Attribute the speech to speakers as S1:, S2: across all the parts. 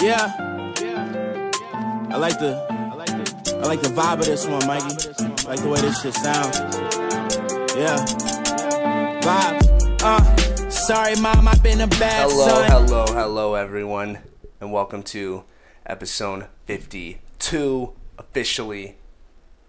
S1: Yeah. I like the I like the vibe of this one, Mikey. I like the way this shit sounds. Yeah. Vibe. Uh sorry mom, I've been a bad
S2: Hello,
S1: son.
S2: hello, hello, everyone, and welcome to episode 52. Officially,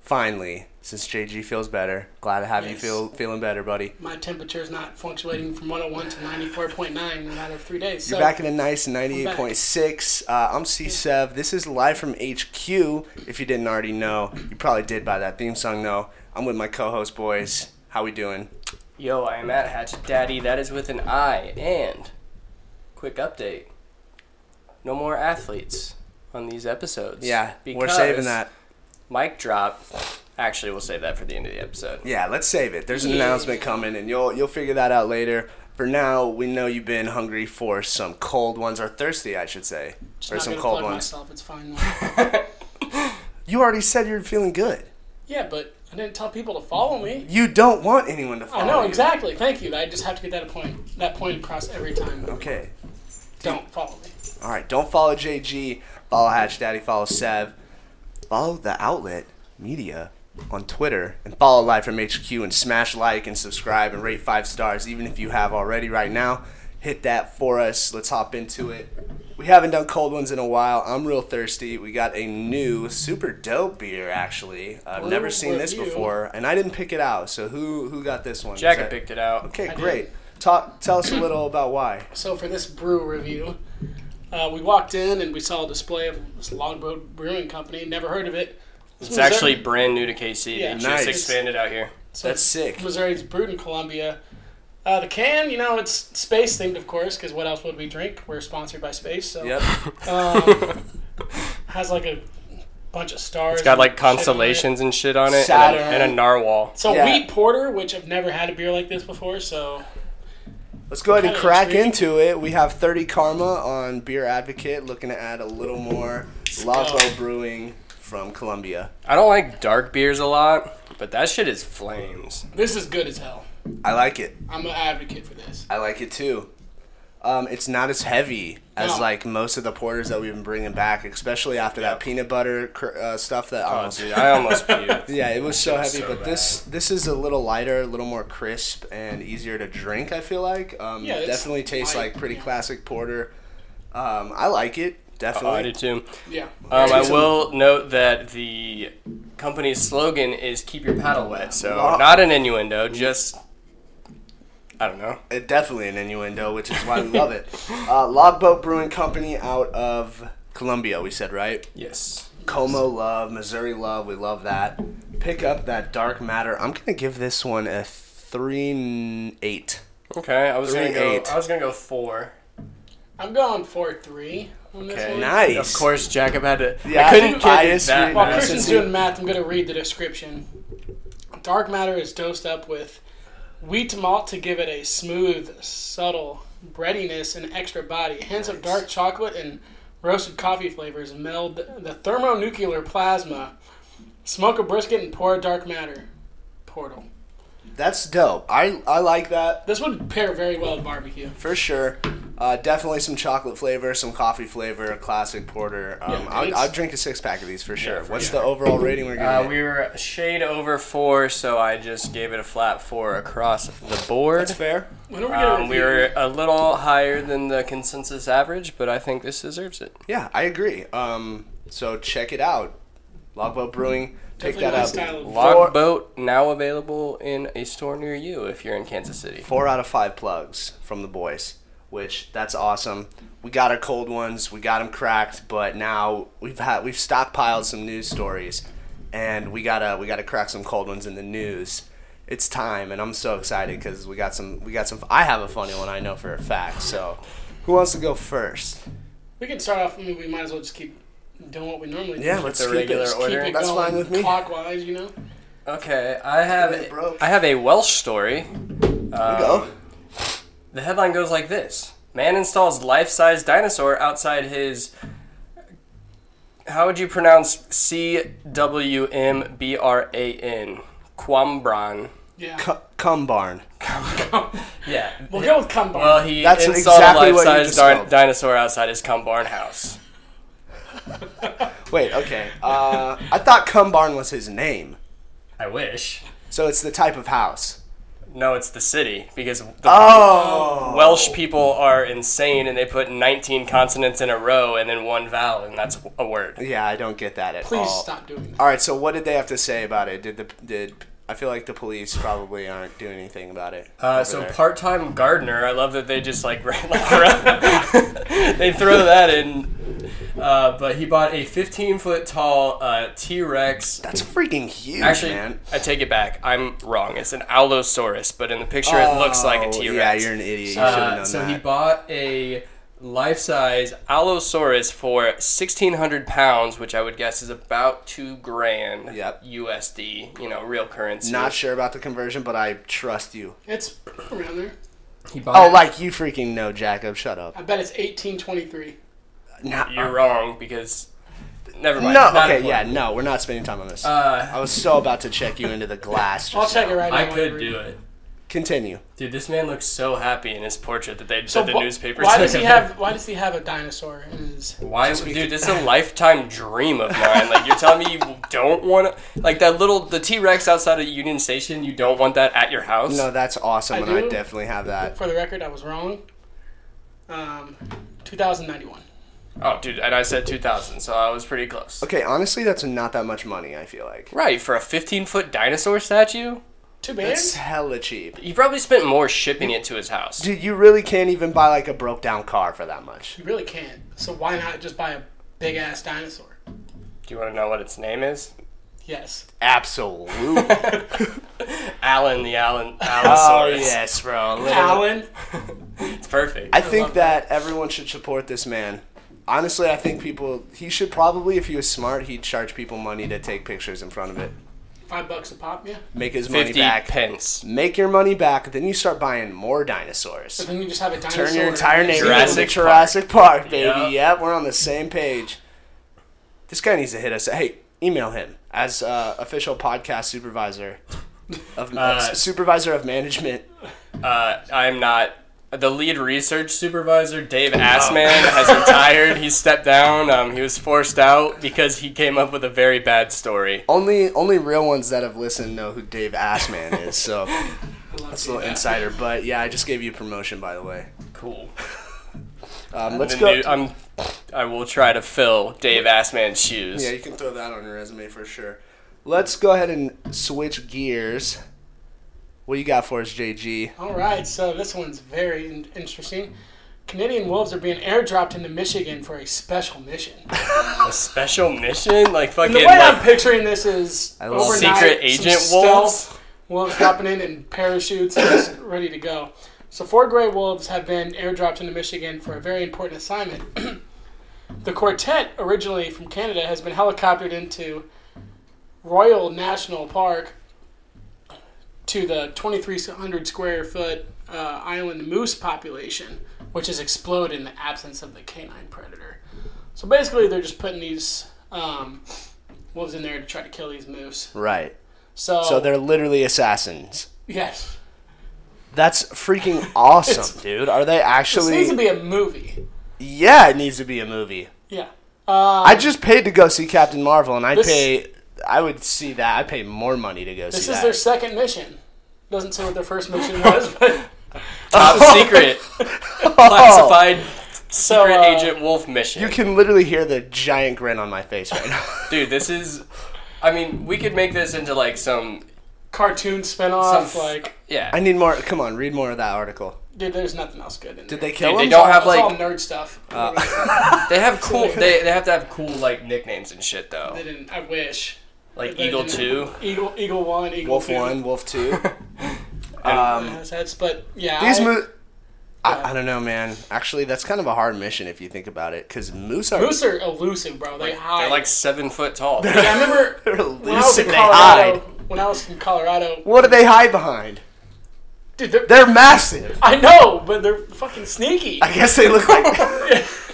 S2: finally, since JG feels better, glad to have you
S3: Yes.
S2: feel feeling better, buddy.
S3: my temperature is not fluctuating from 101 to 94.9 in a matter of three days. So
S2: You're back in a nice 98.6. Uh, I'm C Sev. This is live from HQ. If you didn't already know, you probably did by that theme song, though. I'm with my co-host boys. How we doing?
S4: Yo, I am at Hatchet Daddy. That is with an I. And quick update: no more athletes on these episodes.
S2: Yeah, we're
S4: because
S2: saving that.
S4: Mic drop. Actually, we'll save that for the end of the episode.
S2: Yeah, let's save it. There's an announcement coming, and you'll you'll figure that out later. For now, we know you've been hungry for some cold ones, or thirsty, I should say,
S3: just
S2: for
S3: not
S2: some
S3: gonna
S2: cold
S3: plug
S2: ones.
S3: Myself. It's fine. Though.
S2: You already said you're feeling good.
S3: yeah, but I didn't tell people to follow me.
S2: You don't want anyone to follow.
S3: I know
S2: you.
S3: exactly. Thank you. I just have to get that point that point across every time.
S2: Okay.
S3: Don't follow me.
S2: All right. Don't follow JG. Follow Hatch Daddy. Follow Sev. Follow the outlet media on Twitter and follow Live from HQ and smash like and subscribe and rate five stars even if you have already right now. Hit that for us. Let's hop into it. We haven't done cold ones in a while. I'm real thirsty. We got a new super dope beer actually. I've never
S3: Ooh,
S2: seen this
S3: review.
S2: before and I didn't pick it out. So who who got this one? Is
S4: Jacket
S2: that-
S4: picked it out.
S2: Okay,
S3: did.
S2: great. Talk tell us a little about why.
S3: So for this brew review, uh, we walked in and we saw a display of this Longboat Brewing Company. Never heard of it.
S4: It's actually brand new to KC.
S3: Yeah.
S4: they
S2: Nice.
S4: just expanded out here.
S3: So
S2: That's sick.
S3: Missouri's brewed in Columbia. Uh, the can, you know, it's space themed, of course, because what else would we drink? We're sponsored by space, so
S2: Yep.
S3: um, has like a bunch of stars.
S4: It's got like
S3: and shit on it.
S4: constellations and shit on it, and a,
S2: Saturn.
S4: and a narwhal.
S3: So
S2: Yeah.
S3: wheat porter, which I've never had a beer like this before, so
S2: Let's go ahead and
S3: Kinda
S2: crack
S3: intriguing.
S2: into it. We have 30 Karma on Beer Advocate, looking to add a little more Lavo
S3: go.
S2: Brewing from Colombia.
S4: I don't like dark beers a lot, but that shit is flames.
S3: this is good as hell.
S2: I like it.
S3: I'm an advocate for this.
S2: I like it too. Um, it's not as heavy as
S3: No.
S2: like most of the porters that we've been bringing back, especially after that peanut butter cr- uh, stuff that
S4: Oh,
S2: almost.
S4: dude, I almost puked.
S2: Yeah, it was so heavy,
S4: so
S2: but this this is a little lighter, a little more crisp, and easier to drink. I feel like um,
S3: Yeah, it's
S2: definitely tastes
S3: light,
S2: like pretty
S3: yeah.
S2: classic porter. Um, I like it definitely.
S4: Oh, I did too.
S3: Yeah.
S4: Um, I
S2: Some-
S4: will note that the company's slogan is "Keep your paddle wet," so
S2: Oh.
S4: not an innuendo. Just I don't know.
S2: Uh, definitely an innuendo, which is why we love it. Uh, Logboat Brewing Company out of Columbia, we said, right?
S4: Yes.
S2: Como Love, Missouri Love, we love that. Pick up that Dark Matter. I'm gonna give this one a three eight.
S4: Okay, I was
S2: Three,
S4: going gonna go.
S2: eight.
S4: I was gonna go four.
S3: I'm going four three on this
S4: Okay,
S3: one.
S2: Nice.
S4: Of course, Jacob had to.
S2: Yeah,
S4: I couldn't
S2: bias
S4: bias that.
S2: re-
S3: While
S2: Uh,
S4: bad.
S3: Christian's
S2: since we-
S3: doing math, I'm going to read the description. Dark matter is dosed up with wheat malt to give it a smooth, subtle breadiness and extra body. Hints of dark chocolate and roasted coffee flavors meld the thermonuclear plasma. Smoke a brisket and pour dark matter. Portal.
S2: That's dope. I I like that
S3: This would pair very well with barbecue.
S2: for sure. Uh, definitely some chocolate flavor, some coffee flavor, classic porter. Um,
S3: Yeah,
S2: I'd,
S3: it's-
S2: I'd drink a six pack of these for sure.
S4: for
S2: What's
S4: sure.
S2: the overall rating we're
S4: Uh,
S2: gonna?
S4: we were a shade over four, so I just gave it a flat four across the board.
S2: That's fair.
S3: When are we going
S4: Um,
S3: to
S4: we were a little higher than the consensus average, but I think this deserves it.
S2: Yeah, I agree. Um, so check it out. Logboat Brewing. Pick
S3: Definitely my
S2: that
S3: style
S2: up.
S3: of
S2: Four,
S4: Logboat now available in a store near you if you're in Kansas City.
S2: four out of five plugs from the boys, which that's awesome. We got our cold ones. We got them cracked, but now we've had we've stockpiled some news stories, and we gotta we gotta crack some cold ones in the news. It's time, and I'm so excited because we got some we got some. I have a funny one I know for a fact. So, who wants to go first?
S3: We can start off. I mean, we might as well just keep doing what we normally do.
S2: Yeah, let's
S4: the
S2: keep
S4: regular
S2: it.
S3: keep
S4: order.
S3: it
S2: That's
S3: going
S2: fine with me.
S3: Clockwise, you know?
S4: Okay, I
S2: It
S4: have
S2: broke.
S4: I have a Welsh story.
S2: Here we go.
S4: The headline goes like this: Man installs life-size dinosaur outside his. How would you pronounce C W M B R A N? Quambran.
S3: Yeah.
S2: C- cum barn.
S4: Yeah.
S3: We'll go with Cumbar.
S4: Well, he
S2: That's
S4: installed
S2: exactly
S4: a
S2: what you
S4: life-size
S2: just spelled.
S4: dinosaur outside his cum barn house.
S2: Wait, okay. Uh, I thought cum barn was his name.
S4: I wish.
S2: So it's the type of house.
S4: No, it's the city because the
S2: Oh.
S4: Welsh people are insane and they put 19 consonants in a row and then one vowel and that's a word.
S2: Yeah, I don't get that at all.
S4: Uh,
S3: Please stop doing that.
S2: All right, so what did they have to say about it? Did the did I feel like the police probably aren't doing anything about it?
S4: Uh,
S2: over
S4: so
S2: there.
S4: part-time gardener. I love that they just like, ran- like throw- they throw that in. Uh, but he bought a 15-foot tall uh, T-Rex.
S2: that's freaking huge,
S4: Actually,
S2: man.
S4: I take it back. I'm wrong. It's an Allosaurus, but in the picture it looks like a
S2: Oh,
S4: T-Rex.
S2: Yeah, you're an idiot. You should have
S4: Uh,
S2: known
S4: so
S2: that.
S4: he bought a life-size Allosaurus for 1,600 pounds, which I would guess is about two grand
S2: Yep.
S4: USD. You know, real currency.
S2: Not sure about the conversion, but I trust you.
S3: It's around there.
S4: He bought
S2: Oh,
S4: it-
S2: like you freaking know, Jacob. Shut up.
S3: I bet it's 1823.
S2: Nah. uh,
S4: You're wrong because never mind.
S2: No.
S4: Not
S2: Okay.
S4: important.
S2: Yeah. No, we're not spending time on this.
S4: Uh,
S2: I was so about to check you into the glass.
S3: I'll
S2: just
S3: check
S2: now.
S3: it right now.
S4: I could do it,
S2: Continue.
S4: dude. This man looks so happy in his portrait that they
S3: So
S4: did the
S3: wh-
S4: newspaper.
S3: Why
S4: took
S3: does he
S4: him.
S3: have? Why does he have a dinosaur in his?
S4: Why, dude? This is a lifetime dream of mine. Like you're telling me you don't want to, like that little the T Rex outside of Union Station. You don't want that at your house.
S2: No, that's awesome,
S3: I
S2: and
S3: do.
S2: I definitely have that.
S3: For the record, I was wrong. Um, 2091.
S4: Oh, dude, and I said 2,000, so I was pretty close.
S2: Okay. Honestly, that's not that much money. I feel like
S4: Right for a 15 foot dinosaur statue,
S3: Too bad.
S2: it's hella cheap.
S4: he probably spent more shipping it to his house.
S2: Dude, you really can't even buy like a broke down car for that much.
S3: You really can't. So why not just buy a big ass dinosaur?
S4: Do you want to know what its name is?
S3: Yes.
S2: Absolutely.
S4: Alan the Alan.
S2: oh
S4: Allosaurus.
S2: yes, bro. Little-
S3: Alan.
S4: it's perfect.
S2: I
S3: love
S2: think that everyone should support this man. Honestly, I think people. He should probably, if he was smart, he'd charge people money to take pictures in front of it.
S3: Five bucks a pop. Yeah.
S2: Make his money
S4: 50
S2: back.
S4: pence.
S2: Make your money back. Then you start buying more dinosaurs.
S3: Then you just have a dinosaur.
S2: Turn your entire neighborhood Jurassic
S4: Jurassic
S2: into Jurassic Park, baby.
S4: Yep.
S2: Yep. we're on the same page. This guy needs to hit us. Hey, email him as uh, official podcast supervisor of
S4: Uh,
S2: supervisor of management.
S4: Uh, I'm not. The lead research supervisor, Dave
S2: Oh.
S4: Assman, has retired. He stepped down. Um, he was forced out because he came up with a very bad story.
S2: Only only real ones that have listened know who Dave Assman is. So that's a little insider. But yeah, I just gave you a promotion, by the way.
S4: Cool.
S2: Um, let's
S4: The
S2: go.
S4: new- I'm, I will try to fill Dave Assman's shoes.
S2: Yeah, you can throw that on your resume for sure. Let's go ahead and switch gears. What you got for us, JG?
S3: All right, so this one's very in- interesting. Canadian wolves are being airdropped into Michigan for a special mission.
S4: A special mission? Like fucking
S3: The way I'm
S4: like,
S3: picturing this is
S2: love
S3: overnight,
S4: secret
S3: some
S4: agent
S3: stealth
S4: wolves?
S3: wolves dropping in in parachutes, and just ready to go. So four gray wolves have been airdropped into Michigan for a very important assignment. the quartet, originally from Canada, has been helicoptered into Royal National Park to the 2,300 square foot uh, island moose population, which has exploded in the absence of the canine predator. So basically, they're just putting these um, wolves in there to try to kill these moose.
S2: Right.
S3: So,
S2: So they're literally assassins.
S3: yes,
S2: That's freaking awesome, dude. Are they
S3: this
S2: actually?
S3: needs to be a movie.
S2: yeah, it needs to be a movie.
S3: Yeah,
S2: I just paid to go see Captain Marvel, and I
S3: Um, This-
S2: pay. I would see that. I pay more money to go
S3: this
S2: see
S3: is
S2: that.
S3: their second mission. Doesn't say what their first mission was, but
S4: Top secret. Classified
S3: so
S4: secret
S3: uh,
S4: agent wolf mission.
S2: Oh. you can literally hear the giant grin on my face right now.
S4: Dude, this is. I mean, we could make this into like some.
S3: cartoon spinoff.
S4: Some-
S3: like,
S4: Yeah.
S2: I need more. Come on, read more of that article.
S3: dude, there's nothing else good in
S2: Did
S3: there.
S2: they uh, kill
S4: they
S2: him?
S4: don't have
S3: It's all
S4: like.
S3: nerd stuff.
S4: They have cool. They, they have to have cool like nicknames and shit though.
S3: they didn't. I wish.
S4: Like
S3: they
S4: Eagle
S3: didn't-
S4: Two.
S3: Eagle, Eagle One, Eagle
S2: Wolf
S3: Two.
S2: one, Wolf two.
S3: Yeah, that's- but yeah,
S2: These
S3: I-
S2: moose. I, I don't know, man. Actually, that's kind of a hard mission if you think about it, because moose are
S3: moose are elusive, bro. They hide.
S4: They're like seven foot tall.
S3: Yeah, I remember
S2: they're
S3: when I was
S2: elusive.
S3: in
S2: They
S3: Colorado.
S2: hide.
S3: When I was in Colorado,
S2: What do they hide behind?
S3: dude, they're,
S2: They're massive.
S3: I know, but they're fucking sneaky.
S2: I guess they look like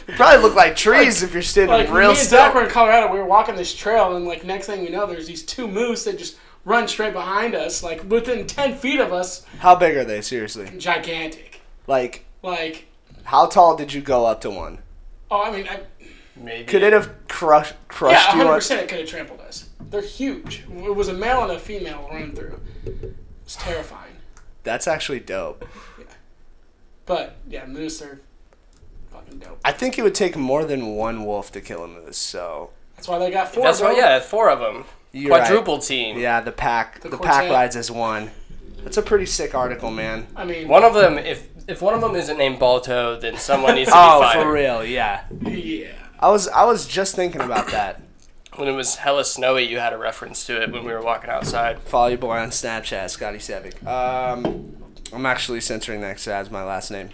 S2: they probably look like trees if you're standing
S3: Like
S2: real
S3: me and Zach were
S2: still.
S3: in Colorado, we were walking this trail, and like next thing we know, there's these two moose that just run straight behind us, like within ten feet of us,
S2: How big are they? Seriously,
S3: gigantic.
S2: like
S3: Like,
S2: how tall did you go up to one?
S3: oh, I mean, I,
S4: Maybe.
S2: Could it have crush,
S3: Yeah,
S2: crushed you
S3: hundred
S2: on.
S3: percent. It could have trampled us. They're huge. It was a male and a female run through. It's terrifying.
S2: That's actually dope.
S3: But yeah, moose are fucking dope.
S2: I think it would take more than one wolf to kill a moose. So
S3: That's why they got four.
S4: That's
S3: bro.
S4: right. Yeah, four of them.
S2: You're right.
S4: Quadruple team.
S2: yeah, the pack, the, pack
S3: quartet.
S2: rides as one. That's a pretty sick article, man.
S3: I mean,
S4: One of them, if if one of them isn't named Balto, then someone needs to be
S2: Oh,
S4: fired.
S2: for real? Yeah.
S3: yeah.
S2: I was I was just thinking about that.
S4: When it was hella snowy, you had a reference to it when we were walking outside.
S2: Follow your boy on Snapchat, Scotty Sevick. Um, I'm actually censoring that because that's my last name.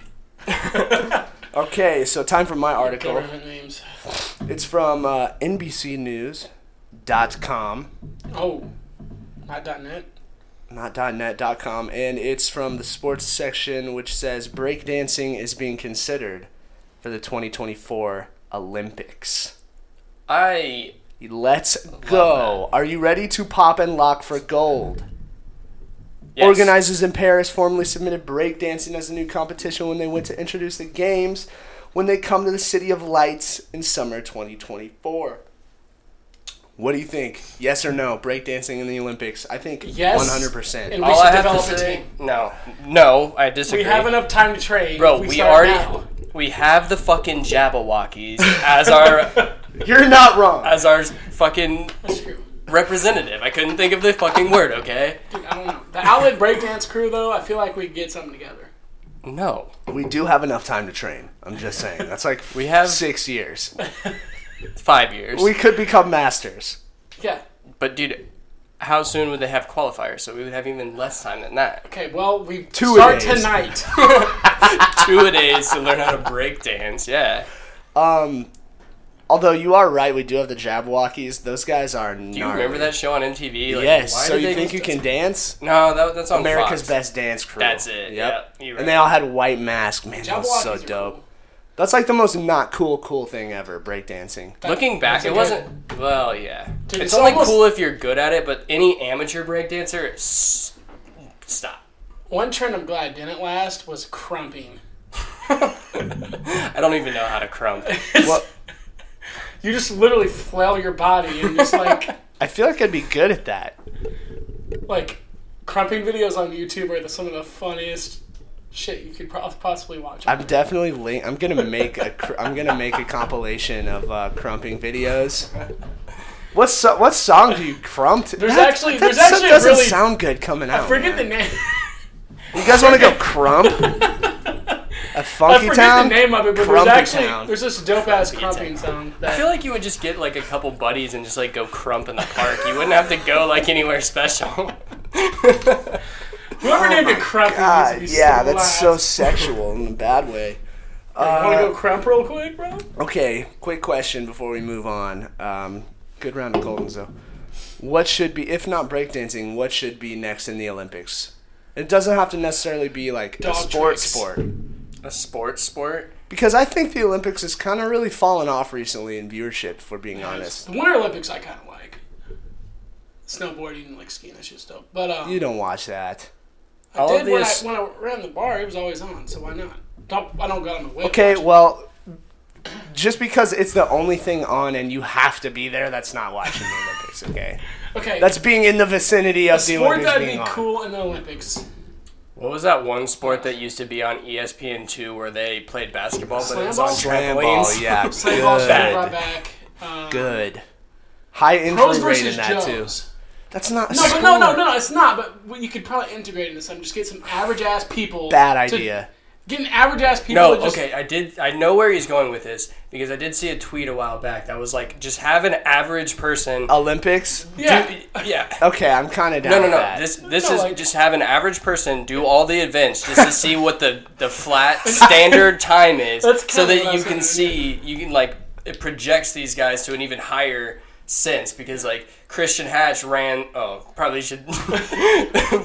S2: okay, so time for my article.
S3: Government names.
S2: It's from uh, NBCNews.com,
S3: Oh, not dot net.
S2: not .net.com, and it's from the sports section, which says breakdancing is being considered for the 2024 Olympics.
S4: I
S2: Let's go. Are you ready to pop and lock for gold?
S4: yes.
S2: Organizers in Paris formally submitted breakdancing as a new competition when they went to introduce the games when they come to the City of Lights in summer 2024. What do you think? Yes or no? Breakdancing in the Olympics? I think
S3: Yes.
S2: 100%.
S3: And we
S4: All
S3: should
S4: I have to
S3: develop a
S4: say,
S3: team.
S4: no, no, I
S3: We
S4: disagree.
S3: have enough time to train.
S4: Bro,
S3: if
S4: we,
S3: we, start
S4: already
S3: now.
S4: we have the fucking Jabberwockies as our
S2: You're not wrong.
S4: as our fucking
S3: Screw.
S4: representative. I couldn't think of the fucking word. Okay,
S3: Dude, I don't know. The outlet breakdance crew, though, I feel like we could get something together.
S4: no,
S2: We do have enough time to train. I'm just saying. That's like
S4: We have-
S2: six years.
S4: five years.
S2: We could become masters.
S3: Yeah.
S4: but dude, how soon would they have qualifiers? So we would have even less time than that.
S3: Okay. Well, we
S2: Two
S3: start
S2: days.
S3: tonight.
S4: Two a days to learn how to break dance. Yeah,
S2: Um, although you are right, we do have the Jabberwockies. Those guys are.
S4: do you remember that show on MTV? Like,
S2: Yes.
S4: why
S2: So
S4: did
S2: you
S4: they
S2: think you
S4: just-
S2: can dance?
S4: No, that, that's on
S2: America's
S4: Fox.
S2: Best Dance Crew.
S4: That's it. Yep,
S2: and
S4: you're
S2: they
S4: right.
S2: all had white masks. Man, that was so
S3: Jabberwockies are
S2: dope.
S3: cool.
S2: That's like the most not cool, cool thing ever. Breakdancing.
S4: Looking back,
S3: That's
S4: it
S3: okay.
S4: wasn't. Well, yeah.
S3: Dude,
S4: it's
S3: it's
S4: only
S3: almost-
S4: cool if you're good at it, but any amateur breakdancer, s- stop.
S3: One trend I'm glad didn't last was crumping.
S4: I don't even know how to crump.
S2: Well,
S3: You just literally flail your body and just like
S2: I feel like I'd be good at that.
S3: like crumping videos on YouTube are the, some of the funniest shit you could pro- possibly watch.
S2: I'm definitely. Link- I'm gonna make a. Cr- I'm gonna make a compilation of uh, crumping videos. What so- what song do you crump? to-
S3: There's
S2: That-
S3: actually-
S2: that
S3: there's
S2: so-
S3: actually a
S2: doesn't
S3: really-
S2: sound good coming out.
S3: Forget the
S2: man.
S3: name.
S2: You guys want to go crump? a
S3: I
S2: funky
S3: forget
S2: town.
S3: the name of it, but there's
S2: Crumpy
S3: actually
S2: Town.
S3: there's this dope ass
S4: Crumpy Town.
S3: crumping song
S4: I
S3: that
S4: feel like you would just get like a couple buddies and just like go crump in the park. You wouldn't have to go like anywhere special.
S3: whoever named it crumping
S2: God,
S3: needs to be
S2: Ah, yeah, that's so
S3: slapped.
S2: sexual in a bad way.
S3: you want to go crump real quick, bro?
S2: Okay, quick question before we move on. Um, good round of Goldens, though. What should be, if not breakdancing, what should be next in the Olympics? It doesn't have to necessarily be like a
S3: Dog
S2: sport
S3: tricks.
S2: sport.
S4: a sports sport.
S2: Because I think the Olympics has kind of really fallen off recently in viewership, if we're being honest.
S3: The Winter Olympics I kind of like. Snowboarding and like skiing, that shit's dope. But um,
S2: You don't watch that.
S4: All
S3: did
S4: of
S3: when, I,
S4: these-
S3: when I ran the bar, it was always on, so why not? Don't, I don't go on the web.
S2: Okay, well, just because it's the only thing on and you have to be there, that's not watching the Olympics, okay?
S3: okay.
S2: That's being in the vicinity of the
S3: sport
S2: Olympics
S3: that'd
S2: being
S3: be
S2: on.
S3: cool in the Olympics.
S4: What was that one sport that used to be on E ESPN two where they played basketball, but it was
S3: Slam
S4: on
S2: Slam ball,
S3: ball?
S4: trampolines?
S2: yeah.
S3: Play ball should be
S4: Bad.
S2: good.
S3: brought back. Um,
S2: good. High
S3: Pros
S2: injury rate
S3: versus
S2: in that, too.
S3: Joes.
S2: That's not
S3: No, but no, no, no, it's not. But what you could probably integrate into something. Just get some average ass people.
S2: Bad
S3: to-
S2: idea.
S3: Get an average ass people.
S4: No,
S3: to just,
S4: okay, I did. I know where he's going with this because I did see a tweet a while back that was like, just have an average person.
S2: Oh, Olympics?
S3: Yeah.
S4: yeah.
S2: Okay, I'm kind of down
S4: No, no,
S2: with
S4: no.
S2: that.
S4: This this
S3: No,
S4: is
S3: like-
S4: just have an average person do all the events just to see what the the flat standard time is,
S3: That's
S4: so
S3: kinda what I
S4: that you
S3: was
S4: can
S3: gonna do,
S4: see you can like it projects these guys to an even higher sense because like Christian Hatch ran. Oh, probably should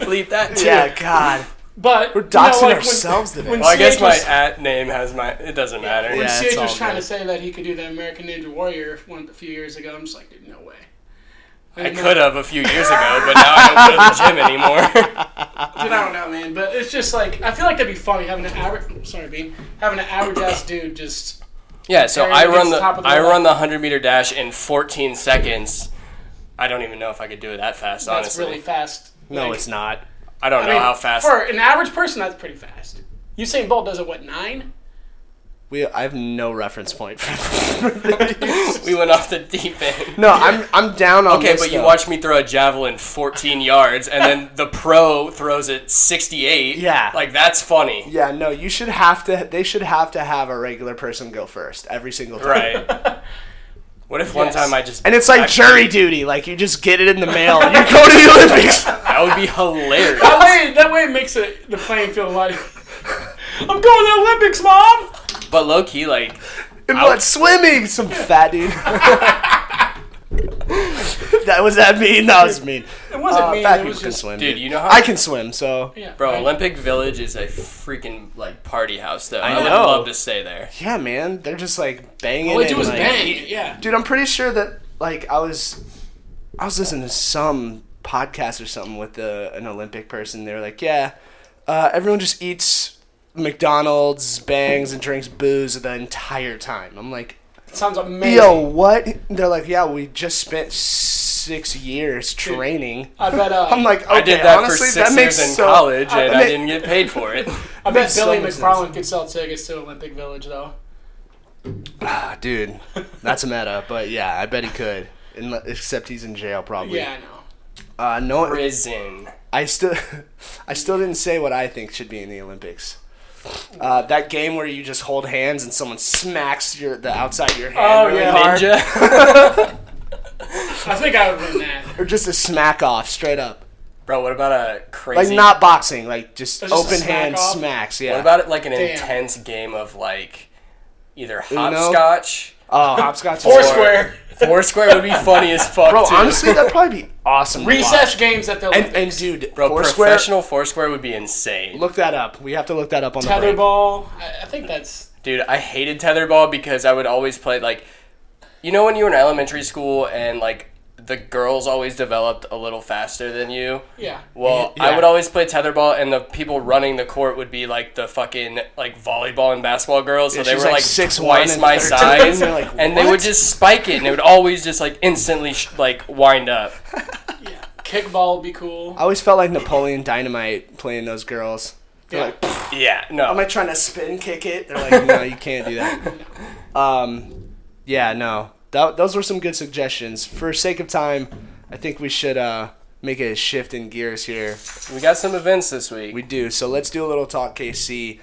S4: bleep that too.
S2: yeah, God.
S3: but we're
S2: doxing
S3: you know, like
S2: ourselves
S3: when,
S2: today.
S3: When
S4: Well, I guess
S3: CH
S4: my
S3: was,
S4: at name has my. It doesn't matter.
S3: when
S2: Yeah, it's
S3: CH was
S2: all
S3: trying
S2: good.
S3: to say that he could do the American Ninja Warrior one a few years ago, I'm just like, dude, no way.
S4: I could have a few years ago, but now I don't go to the gym anymore.
S2: Uh-huh.
S3: Dude, I don't know, man. But it's just like I feel like that'd be funny having an average. Sorry, Bean. Having an average ass dude just
S4: Yeah, so
S3: Terry
S4: I run
S3: gets
S4: the
S3: top of the
S4: I
S3: line.
S4: run the hundred meter dash in 14 seconds. I don't even know if I could do it that fast.
S3: That's
S4: honestly,
S3: really fast.
S2: Oh, No,
S3: Like,
S2: it's not.
S4: I don't
S3: I
S4: know
S3: mean,
S4: how fast.
S3: For an average person, that's pretty fast. Usain Bolt does it, what, nine?
S2: We, I have no reference point. for
S4: we went off the deep end.
S2: No, I'm I'm down on
S4: Okay,
S2: this,
S4: but you
S2: though.
S4: watched me throw a javelin 14 yards, and then the pro throws it 68.
S2: Yeah.
S4: like that's funny,
S2: Yeah, no, you should have to. They should have to have a regular person go first every single time.
S4: right? What if one
S3: Yes.
S4: time I just
S2: And it's like
S4: I-
S2: jury duty. Like you just get it in the mail. You go to the Olympics.
S4: that would be hilarious.
S3: That way, that way it makes it the playing field like. I'm going to the Olympics, Mom!
S4: But low key, like
S2: And what? Swimming? Some fat dude. that was that mean. That was mean.
S3: It wasn't
S2: Uh,
S3: me.
S2: fat
S3: It
S2: people
S3: was
S2: can
S3: just.
S2: swim.
S4: dude, you know how
S2: I can swim, so yeah,
S3: Yeah,
S4: Bro,
S3: right.
S4: Olympic Village is a freaking like party house, though. I,
S2: know.
S4: would love to stay there.
S2: man. They're just like banging.
S3: All they do
S2: and,
S3: is
S2: like-
S3: bang. Yeah.
S2: Dude, I'm pretty sure that like I was, I was listening to some podcast or something with the, an Olympic person. They were like, yeah, uh, everyone just eats McDonald's, bangs, and drinks booze the entire time. I'm like,
S3: Sounds amazing.
S2: yo, what? They're like, yeah, we just spent six years training.
S3: I bet. Uh,
S2: I'm like, okay,
S4: I did that
S2: honestly,
S4: for six
S2: that makes
S4: years in
S2: so-
S4: college,
S2: I-
S4: and
S2: that
S4: I
S2: ma-
S4: didn't get paid for it.
S3: I bet
S2: makes so
S3: Billy
S2: much sense.
S3: McFarland could sell tickets to Olympic Village, though.
S2: Ah, dude, that's a meta, but yeah, I bet he could. Inle- Except he's in jail, probably.
S3: Yeah, I know.
S2: Uh, no,
S4: Prison.
S2: I still, I still didn't say what I think should be in the Olympics. Uh, that game where you just hold hands and someone smacks your the outside of your hand
S3: Oh,
S2: really
S3: yeah.
S2: hard,
S4: Ninja.
S3: I think I would win that.
S2: or just a smack off straight up,
S4: Bro, what about a
S2: like
S4: crazy?
S2: not boxing, like just,
S3: It's just a
S2: open
S3: smack
S2: hand
S3: off?
S2: smacks. Yeah.
S4: What about it like an
S3: Damn.
S4: intense game of like either
S2: Uno?
S4: hopscotch?
S2: oh, hopscotch.
S3: Four
S2: is-
S3: square.
S4: Foursquare would be funny as fuck.
S2: Bro,
S4: too.
S2: honestly, that'd probably be awesome. to
S3: Recess
S2: watch.
S3: games at the
S2: And,
S3: Olympics.
S2: and dude,
S4: Bro,
S2: Foursquare.
S4: professional Foursquare would be insane.
S2: Look that up. We have to look that up on the break.
S3: Tetherball. I, I think that's.
S4: Dude, I hated tetherball because I would always play like, you know, when you were in elementary school and like the girls always developed a little faster than you.
S3: Yeah.
S4: Well,
S2: Yeah.
S4: I would always play tetherball, and the people running the court would be like the fucking like volleyball and basketball girls, so
S2: Yeah,
S4: they
S2: she's
S4: were
S2: like
S4: like,
S2: 6'1"
S4: twice
S2: and
S4: my
S2: 13.
S4: size,
S2: You're like,
S4: and they
S2: "What?"
S4: would just spike it, and it would always just like instantly sh- like wind up.
S3: Yeah. Kickball would be cool.
S2: I always felt like Napoleon Dynamite playing those girls. They're
S3: Yeah.
S2: like,
S4: Yeah, no,
S2: am I trying to spin kick it? They're like, no, you can't do that. Um, yeah, no. That, those were some good suggestions. For sake of time, I think we should uh, make a shift in gears here.
S4: we got some events this week.
S2: We do. So let's do a little talk, KC.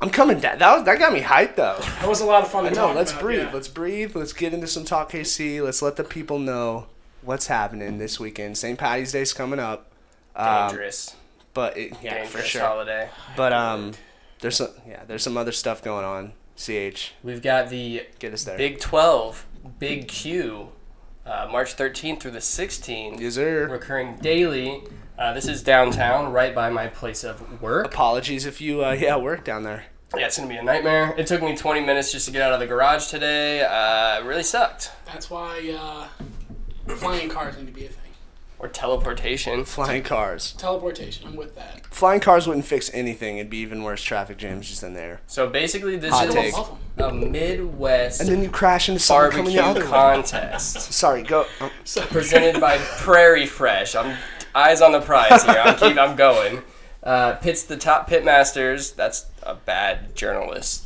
S2: I'm coming down. That, was, that got me hyped, though.
S3: That was a lot of fun to
S2: No,
S3: talk
S2: let's
S3: about,
S2: breathe.
S3: yeah.
S2: Let's breathe. Let's get into some talk, KC. Let's let the people know what's happening this weekend. St. Patty's Day's coming up. Um,
S4: dangerous,
S2: But it, yeah,
S4: dangerous
S2: for sure.
S4: holiday.
S2: But um, there's some yeah, there's some other stuff going on. Ch,
S4: We've got the
S2: get us there.
S4: Big 12, Big Q, uh, March 13th through the 16th,
S2: Yes, sir.
S4: recurring daily. Uh, this is downtown, right by my place of work.
S2: Apologies if you uh,
S4: Mm-hmm.
S2: yeah work down there.
S4: Yeah, it's gonna be a nightmare. It took me 20 minutes just to get out of the garage today. Uh, it really sucked.
S3: That's why uh, flying cars need to be a thing.
S4: Or teleportation.
S2: Flying cars.
S3: Teleportation. I'm with that.
S2: Flying cars wouldn't fix anything. It'd be even worse traffic jams just in there.
S4: So basically, this
S2: Hot
S4: is
S2: take.
S3: Love 'em.
S4: a Midwest
S2: And then you crash into something coming
S4: barbecue
S2: the other way.
S4: contest
S2: Sorry, go. um,
S4: presented by Prairie Fresh. I'm eyes on the prize here. I'm keep, I'm going. Uh, pits the top pitmasters. That's a bad journalist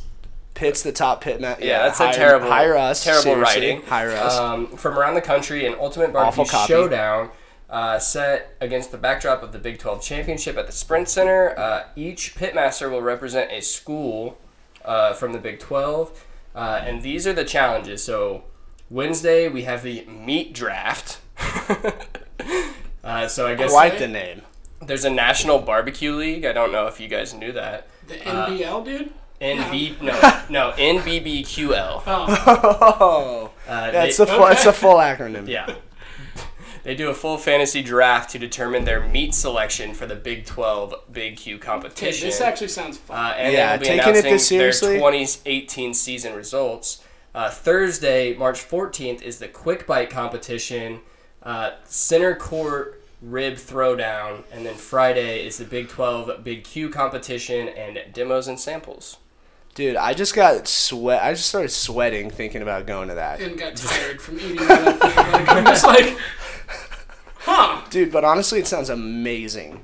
S2: Pit's the top pit mat.
S4: Yeah, that's a
S2: hire-
S4: terrible,
S2: Hire us.
S4: terrible
S2: seriously.
S4: writing.
S2: Hire us.
S4: um, from around the country. An ultimate barbecue
S2: Awful copy.
S4: showdown uh, set against the backdrop of the Big 12 championship at the Sprint Center. Uh, each pitmaster will represent a school uh, from the Big 12, uh, and these are the challenges. So Wednesday we have the meat draft. uh, so I guess
S2: Quite the name.
S4: there's a national barbecue league. I don't know if you guys knew that.
S3: The NBL, dude?
S4: NB no no NBBQL.
S3: Oh,
S2: Oh,
S4: Uh,
S2: that's
S4: they-
S2: a full. That's a full acronym.
S4: Yeah. They do a full fantasy draft to determine their meat selection for the Big 12 Big Q
S3: okay,
S4: competition.
S3: this actually sounds fun.
S4: uh, and
S2: Yeah,
S4: they will be
S2: taking it
S4: announcing
S2: this seriously?
S4: their 2018 season results. Uh, Thursday, March 14th, is the Quick Bite competition, uh, center court rib throwdown, and then Friday is the Big 12 Big Q competition and demos and samples.
S2: Dude, I just got sweat. I just started sweating thinking about going to that.
S3: and got tired from eating that. Like, I'm just like, huh?
S2: Dude, but honestly, it sounds amazing.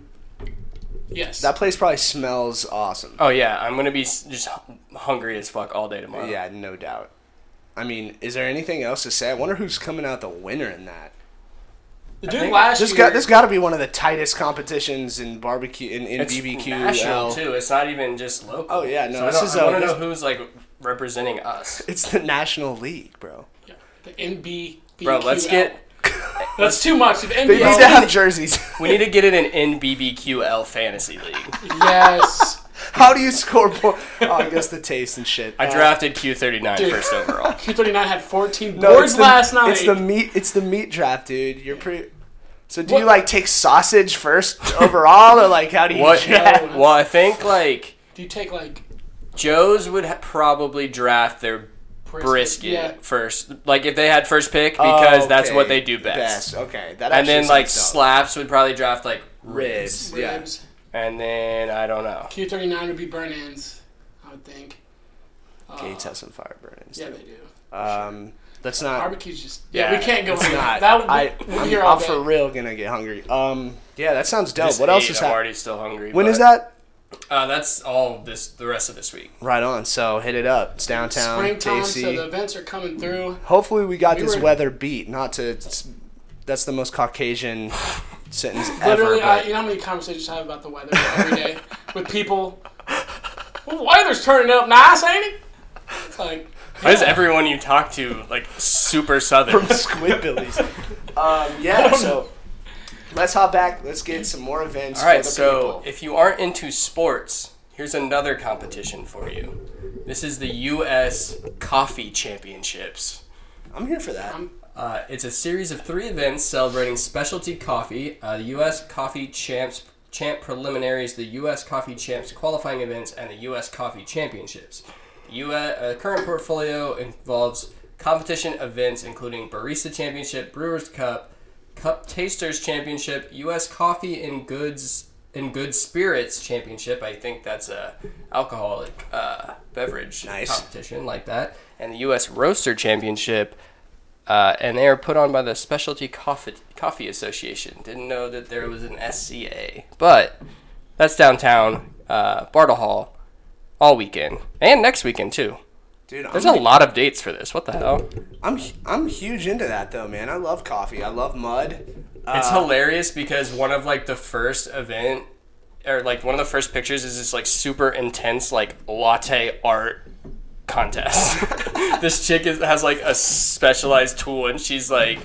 S3: Yes.
S2: That place probably smells awesome.
S4: Oh yeah, I'm gonna be s- just hu- hungry as fuck all day tomorrow.
S2: Yeah, no doubt. I mean, is there anything else to say? I wonder who's coming out the winner in that.
S3: the dude
S4: think
S3: last
S2: This
S3: year.
S2: got this got to be one of the tightest competitions in barbecue in, in
S4: It's
S2: BBQ.
S4: national too. It's not even just local.
S2: Oh, yeah, no,
S4: So I
S2: this
S4: don't-
S2: is
S4: I
S2: a-
S4: want to know
S2: this-
S4: who's like representing us.
S2: It's the National League, bro.
S3: Yeah, the NB.
S4: Bro, let's get.
S3: That's too much. The
S2: They need
S3: NBL.
S2: to have jerseys.
S4: We need to get it in NBBQL fantasy league.
S3: yes.
S2: How do you score points? Oh, I guess the taste and shit.
S4: I
S2: Uh,
S4: drafted Q39 first overall.
S3: Q39 had 14
S2: no,
S3: boards
S2: it's the-
S3: last night.
S2: It's the meat. It's the meat draft, dude. You're pretty. So do you
S3: What-
S2: like take sausage first overall, or like how do you?
S4: What?
S2: draft?
S4: Well, I think like
S3: Do you take like
S4: Joe's would ha- probably draft their
S3: brisket?
S4: brisket
S3: Yeah.
S4: first. Like if they had first pick because that's
S2: Okay,
S4: what they do best.
S2: Okay, that
S4: And
S2: actually
S4: then like
S2: sounds solid.
S4: slaps would probably draft like
S2: ribs. Yeah.
S3: Ribs.
S4: and then I don't know.
S3: Q39 would be burn ins, I would think. Uh,
S2: Gates has some fire burns.
S3: Yeah, they do.
S2: Um, let's not.
S3: Barbecue's just. Yeah,
S4: Yeah,
S3: we can't go
S2: Let's
S3: in
S2: not.
S3: That would
S2: I,
S3: we're
S2: I'm,
S3: here all
S2: I'm
S3: day.
S2: for real gonna get hungry. Um, yeah, that sounds dope.
S4: Just
S2: what else
S4: ate,
S2: is
S4: I'm
S2: happening?
S4: already still hungry.
S2: When
S4: but-
S2: is that?
S4: Uh, that's all this the rest of this week.
S2: Right on. So hit it up. It's downtown.
S3: Springtime,
S2: tasty.
S3: so the events are coming through.
S2: Hopefully we got
S3: We
S2: this
S3: were-
S2: weather beat. Not to. That's the most Caucasian sentence ever.
S3: Literally, I,
S2: but-
S3: you know how many conversations I have about the weather every day with people? Well, the weather's turning up nice, ain't it? It's like.
S4: Why is everyone you talk to like super southern?
S2: Squidbillies. um, yeah. So let's hop back. Let's get some more events.
S4: All right,
S2: for the
S4: so
S2: people.
S4: if you aren't into sports, here's another competition for you. This is the U.S. Coffee Championships.
S2: I'm here for that.
S4: Uh, it's a series of three events celebrating specialty coffee, uh, the U.S. Coffee Champs Champ Preliminaries, the U.S. Coffee Champs Qualifying Events, and the U.S. Coffee Championships. U.S. Uh, current portfolio involves competition events including Barista Championship, Brewers Cup, Cup Tasters Championship, U.S. Coffee and Goods and Good Spirits Championship. I think that's a alcoholic uh, beverage
S2: Nice.
S4: competition like that, and the U.S. Roaster Championship uh, and they are put on by the Specialty Coffee, Coffee Association. Didn't know that there was an SCA, but that's downtown uh, Bartle Hall all weekend and next weekend too.
S2: Dude,
S4: There's
S2: I'm,
S4: a lot of dates for this. What the hell?
S2: I'm I'm huge into that though, man. I love coffee. I love mud.
S4: It's
S2: Uh,
S4: hilarious because one of like the first event or like one of the first pictures is this like super intense like latte art contest. this chick is, has like a specialized tool and she's like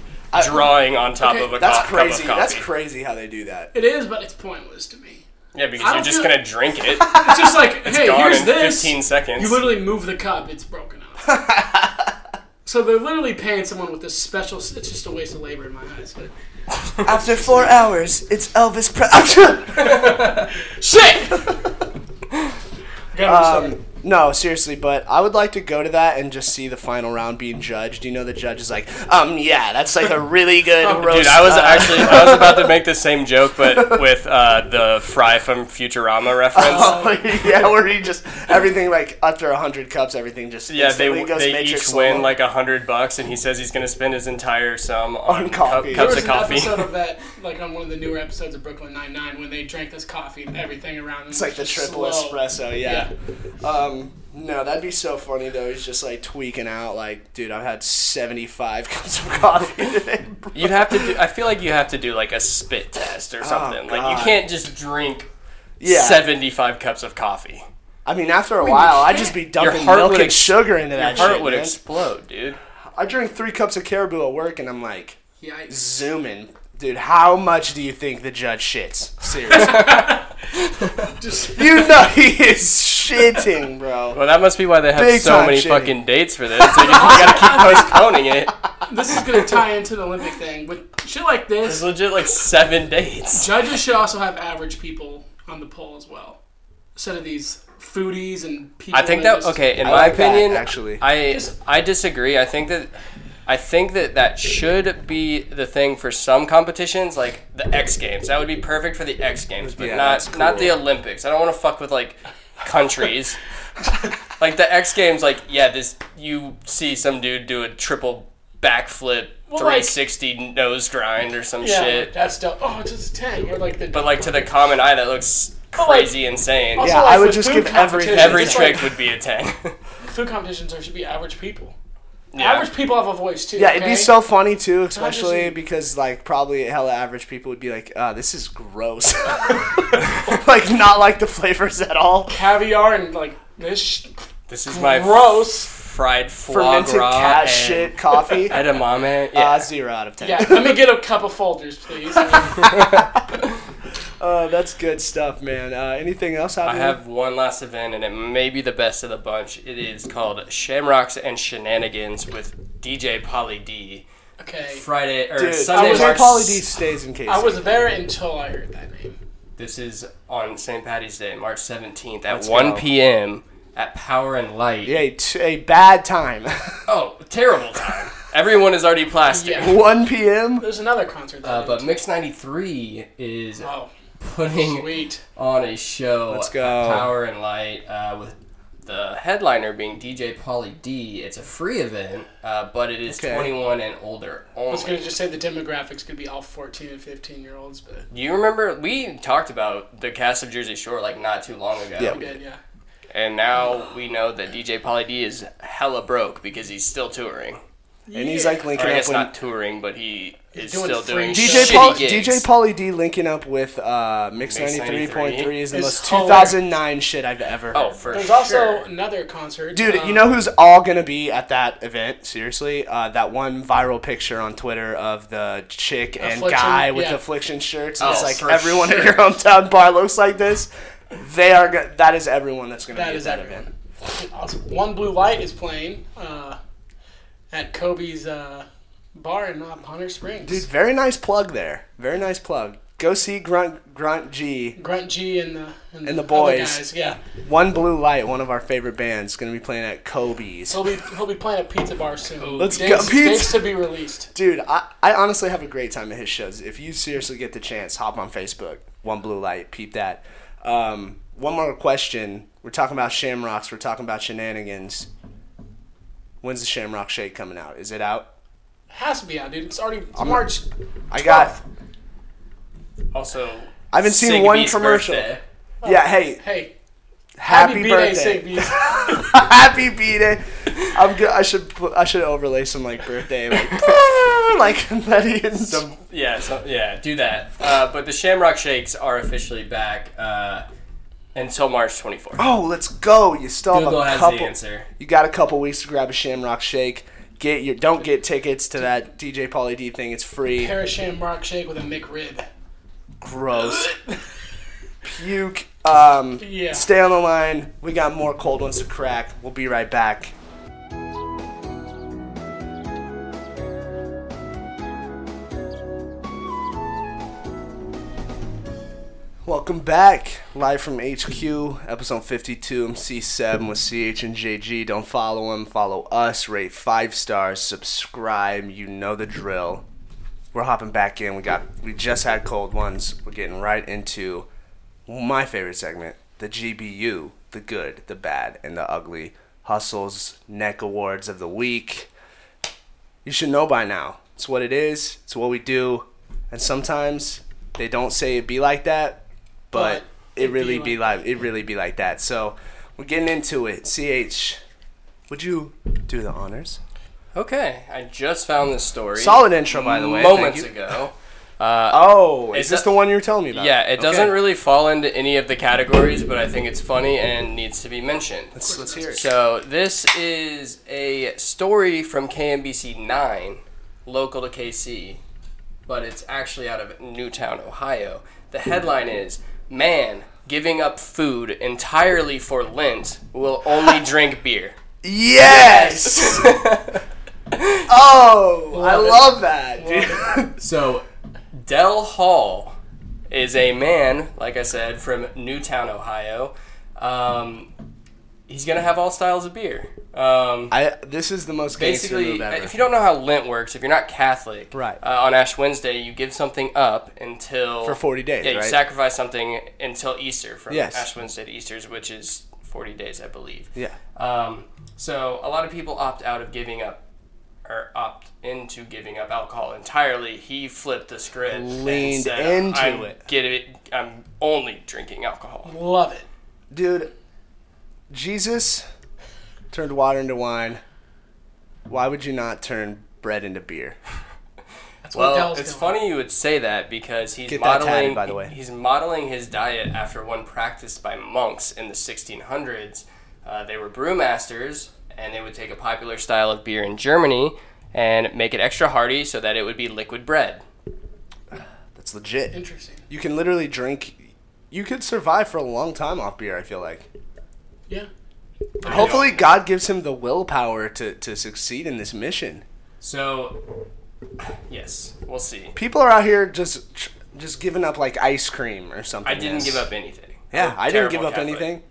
S4: drawing on top
S3: okay,
S4: of a
S2: That's
S4: co- Uh, cup
S2: crazy.
S4: of coffee.
S2: That's crazy how they do that.
S3: It is, but it's pointless to me.
S4: Yeah, because
S3: I
S4: you're
S3: don't
S4: just
S3: feel-
S4: gonna drink it.
S3: It's just like, hey,
S4: gone
S3: here's
S4: in
S3: this.
S4: 15 seconds.
S3: You literally move the cup, it's broken up. so they're literally paying someone with this special. It's just a waste of labor in my eyes. But
S2: After four hours, it's Elvis Presley.
S3: shit. Gotta restart.
S2: um, no, seriously, but I would like to go to that and just see the final round being judged. You know, the judge is like, um, yeah, that's like a really good roast.
S4: Oh, Dude, I was
S2: uh,
S4: actually I was about to make the same joke, but with uh, the Fry from Futurama reference.
S3: Oh.
S2: yeah, where he just everything like after hundred cups, everything just
S4: yeah, they
S2: instantly goes
S4: they
S2: matrix
S4: each win
S2: level.
S4: like a hundred bucks, and he says he's gonna spend his entire sum on, cup-
S2: coffee.
S3: there
S4: cups
S3: was
S4: of
S3: an
S4: coffee.
S3: episode of that, like on one of the newer episodes of Brooklyn Nine Nine, when they drank this coffee and everything around.
S2: It's like the triple espresso, yeah. Um, no, that'd be so funny though. He's just like tweaking out, like, dude, I've had seventy-five cups of coffee today. bro."
S4: You'd have to. Do, I feel like you have to do like a spit test or something. like
S2: Oh, God.
S4: you can't just drink
S2: yeah,
S4: seventy five cups of coffee.
S2: I mean, after a while, I'd just be dumping
S4: heart
S2: milk
S4: would
S2: and
S4: ex-
S2: sugar into that
S4: Heart
S2: shit,
S4: would
S2: man.
S4: explode, dude.
S2: I drink three cups of Caribou at work, and I'm like
S3: Yeah,
S2: zooming, dude. How much do you think the judge shits? Seriously,
S3: just
S2: you know he is shitting, bro.
S4: Well, that must be why they have
S2: Big
S4: so
S2: time
S4: many
S2: shitty.
S4: fucking dates for this. They just gotta keep postponing it.
S3: this is gonna tie into the Olympic thing with shit like
S4: It's
S3: this.
S4: legit like seven dates.
S3: Judges should also have average people on the poll as well, instead of these foodies and people.
S4: I think that
S3: just-
S4: okay. In
S2: I
S4: my
S2: like that,
S4: opinion,
S2: actually.
S4: I I disagree. I think that I think that that should be the thing for some competitions, like the X Games. That would be perfect for the X Games, but
S2: Yeah,
S4: not
S2: that's
S4: not the
S2: cool.
S4: Olympics. I don't want to fuck with like countries. like the X Games, like yeah, this you see some dude do a triple backflip,
S3: Well, like-
S4: 360 nose grind or some
S3: Yeah,
S4: shit.
S3: that's dope. Oh, it's just a ten. Or like the
S4: But like to the common eye, that looks
S3: But, like,
S4: crazy insane.
S3: also,
S4: Yeah.
S2: Yeah, I would
S3: with
S2: just
S3: food
S2: give every-
S3: competitions,
S4: Every
S3: it's
S4: trick
S3: like,
S4: would be a ten.
S3: food competitions there should be average people.
S4: Yeah.
S3: Average people have a voice too.
S2: Yeah, it'd be
S3: okay?
S2: so funny too, especially
S3: Obviously.
S2: because like probably hella average people would be like, uh, this is gross. like not like the flavors at all.
S3: caviar and like this sh-
S4: This is my
S3: gross.
S4: fried foie
S2: Fermented
S4: gras
S2: cat
S4: and
S2: shit coffee.
S4: edamame. Yeah.
S2: Uh, zero out of ten.
S3: Yeah, let me get a couple folders, please.
S2: Uh, that's good stuff, man. Uh, anything else
S4: I
S2: happening?
S4: have one last event, and it may be the best of the bunch. It is called Shamrocks and Shenanigans with DJ Polly D.
S3: Okay,
S4: Friday or
S2: Dude,
S4: Sunday,
S2: I was
S4: March.
S2: Pauly D stays in case.
S3: I was there until I heard that name.
S4: This is on St. Patty's Day, March seventeenth, at
S2: Let's
S4: one
S2: go.
S4: p.m. at Power and Light.
S2: a, t- a bad time.
S4: Oh, terrible time. Everyone is already plastic.
S3: Yeah.
S2: 1 p.m.
S3: There's another concert. That
S4: Uh, but
S3: I
S4: Mix ninety three is
S3: oh,
S4: putting
S3: sweet.
S4: on a show.
S2: Let's
S4: at
S2: go.
S4: Power and Light uh, with the headliner being DJ Polly D. It's a free event, uh, but it is
S2: Okay.
S4: 21 and older
S3: I was
S4: only.
S3: gonna just say the demographics could be all 14 and 15 year olds, but
S4: Do you remember we talked about the cast of Jersey Shore like not too long ago?
S2: Yeah.
S3: yeah, yeah.
S4: And now we know that DJ Polly D is hella broke because he's still touring.
S2: And he's like
S4: Or
S2: linking
S4: I
S2: up
S4: guess
S2: with
S4: not touring, but he is
S3: doing
S4: still
S3: free
S4: doing
S3: shows.
S2: DJ
S4: shitty
S2: Paul,
S4: gigs.
S2: DJ Pauly D linking up with uh, Mix
S4: Mix
S2: ninety three point three is the
S3: It's
S2: most two
S3: hilarious.
S2: thousand nine shit I've ever.
S4: Oh,
S2: heard.
S4: for
S3: There's
S4: sure.
S3: also another concert.
S2: Dude,
S3: um,
S2: you know who's all gonna be at that event? Seriously, uh, that one viral picture on Twitter of the chick and
S3: Affliction,
S2: guy with
S3: yeah.
S2: affliction shirts. and
S4: Oh,
S2: it's like
S4: for
S2: everyone in
S4: sure.
S2: your hometown bar looks like this. They are. Go- that is everyone that's gonna
S3: that
S2: be at
S3: is
S2: that
S3: everyone.
S2: event.
S3: Also, One Blue Light is playing uh, at Kobe's uh, bar in uh, Hunter Springs.
S2: Dude, very nice plug there. Very nice plug. Go see Grunt Grunt G.
S3: Grunt G and the and,
S2: And the
S3: other
S2: boys.
S3: guys, yeah.
S2: One Blue Light, one of our favorite bands, gonna be playing at Kobe's.
S3: He'll be he'll be playing at Pizza Bar soon.
S2: Let's go,
S3: Dates-
S2: pizza.
S3: dates to be released.
S2: Dude, I, I honestly have a great time at his shows. If you seriously get the chance, hop on Facebook. One Blue Light, peep that. Um, one more question. We're talking about shamrocks. We're talking about shenanigans. When's the Shamrock Shake coming out? Is it out?
S3: Has to be out, dude. It's already it's March.
S2: I got.
S4: also
S2: I haven't seen one
S4: Sigby's
S2: commercial.
S4: birthday.
S2: Yeah. Hey,
S3: Hey,
S2: happy,
S3: happy,
S2: birthday,
S3: B-Day, Sig Bees.
S2: happy B Day. I'm good. I should put- I should overlay some like birthday like like that he is.
S4: Some, yeah, so, yeah, do that. Uh, but the Shamrock Shakes are officially back uh, until March 24th.
S2: Oh, let's go! You still have
S4: Google
S2: a
S4: has
S2: couple.
S4: the answer.
S2: You got a couple weeks to grab a Shamrock Shake. Get your don't get tickets to that DJ Pauly D thing. It's free.
S3: Pair of shamrock shake with a McRib.
S2: Gross. Puke. Um,
S3: Yeah.
S2: Stay on the line. We got more cold ones to crack. We'll be right back. Welcome back, live from HQ, episode 52. I'm C7 with CH and JG. Don't follow him, follow us, rate five stars, subscribe. You know the drill. We're hopping back in. We got we just had cold ones. We're getting right into my favorite segment, the GBU, the good, the bad, and the ugly. Hustles, neck awards of the week. You should know by now. It's what it is, it's what we do. And sometimes they don't say it be like that, but,
S3: But
S2: it,
S3: it
S2: really
S3: be
S2: be like, it really be like that. So we're getting into it. CH, would you do the honors?
S4: Okay, I just found this story.
S2: Solid intro by the way. thank
S4: Moments
S2: you.
S4: ago.
S2: Oh, is
S4: It
S2: this
S4: do-
S2: the one you were telling me about?
S4: Yeah, it
S2: Okay.
S4: doesn't really fall into any of the categories, but I think it's funny and needs to be mentioned.
S2: Let's, let's hear it.
S4: So this is a story from KMBC nine, local to KC, but it's actually out of Newtown, Ohio. The headline is Man giving up food entirely for Lent will only drink beer.
S2: Yes. oh, I love that, dude.
S4: So, Dell Hall is a man, like I said, from Newtown, Ohio. Um, he's gonna have all styles of beer. Um,
S2: I this is the most gangster
S4: basically, uh,
S2: move ever.
S4: if you don't know how Lent works, if you're not Catholic,
S2: Right.
S4: uh, on Ash Wednesday, you give something up until
S2: For 40 days,
S4: Yeah, you
S2: right?
S4: sacrifice something until Easter, from
S2: Yes.
S4: Ash Wednesday to Easter's, which is 40 days, I believe.
S2: Yeah.
S4: Um, so a lot of people opt out of giving up or opt into giving up alcohol entirely. He flipped the script, and
S2: Leaned
S4: said,
S2: into
S4: I'm
S2: it.
S4: Get it? I'm only drinking alcohol.
S3: Love it.
S2: Dude, Jesus turned water into wine. Why would you not turn bread into beer?
S3: That's what
S4: Well,
S3: Dell's
S4: it's
S3: doing.
S4: funny you would say that because he's
S2: Get that
S4: modeling.
S2: tatted, by the way.
S4: he's modeling his diet after one practiced by monks in the 1600s. Uh, they were brewmasters, and they would take a popular style of beer in Germany and make it extra hearty so that it would be liquid bread.
S2: That's legit.
S3: Interesting.
S2: You can literally drink. You could survive for a long time off beer. I feel like.
S3: Yeah.
S2: Hopefully, God gives him the willpower to to succeed in this mission.
S4: So, yes, we'll see.
S2: People are out here just tr- just giving up like ice cream or something.
S4: I
S2: Yes.
S4: didn't give up anything.
S2: Yeah,
S4: I'm a
S2: I didn't
S4: terrible
S2: give up
S4: Catholic.
S2: anything.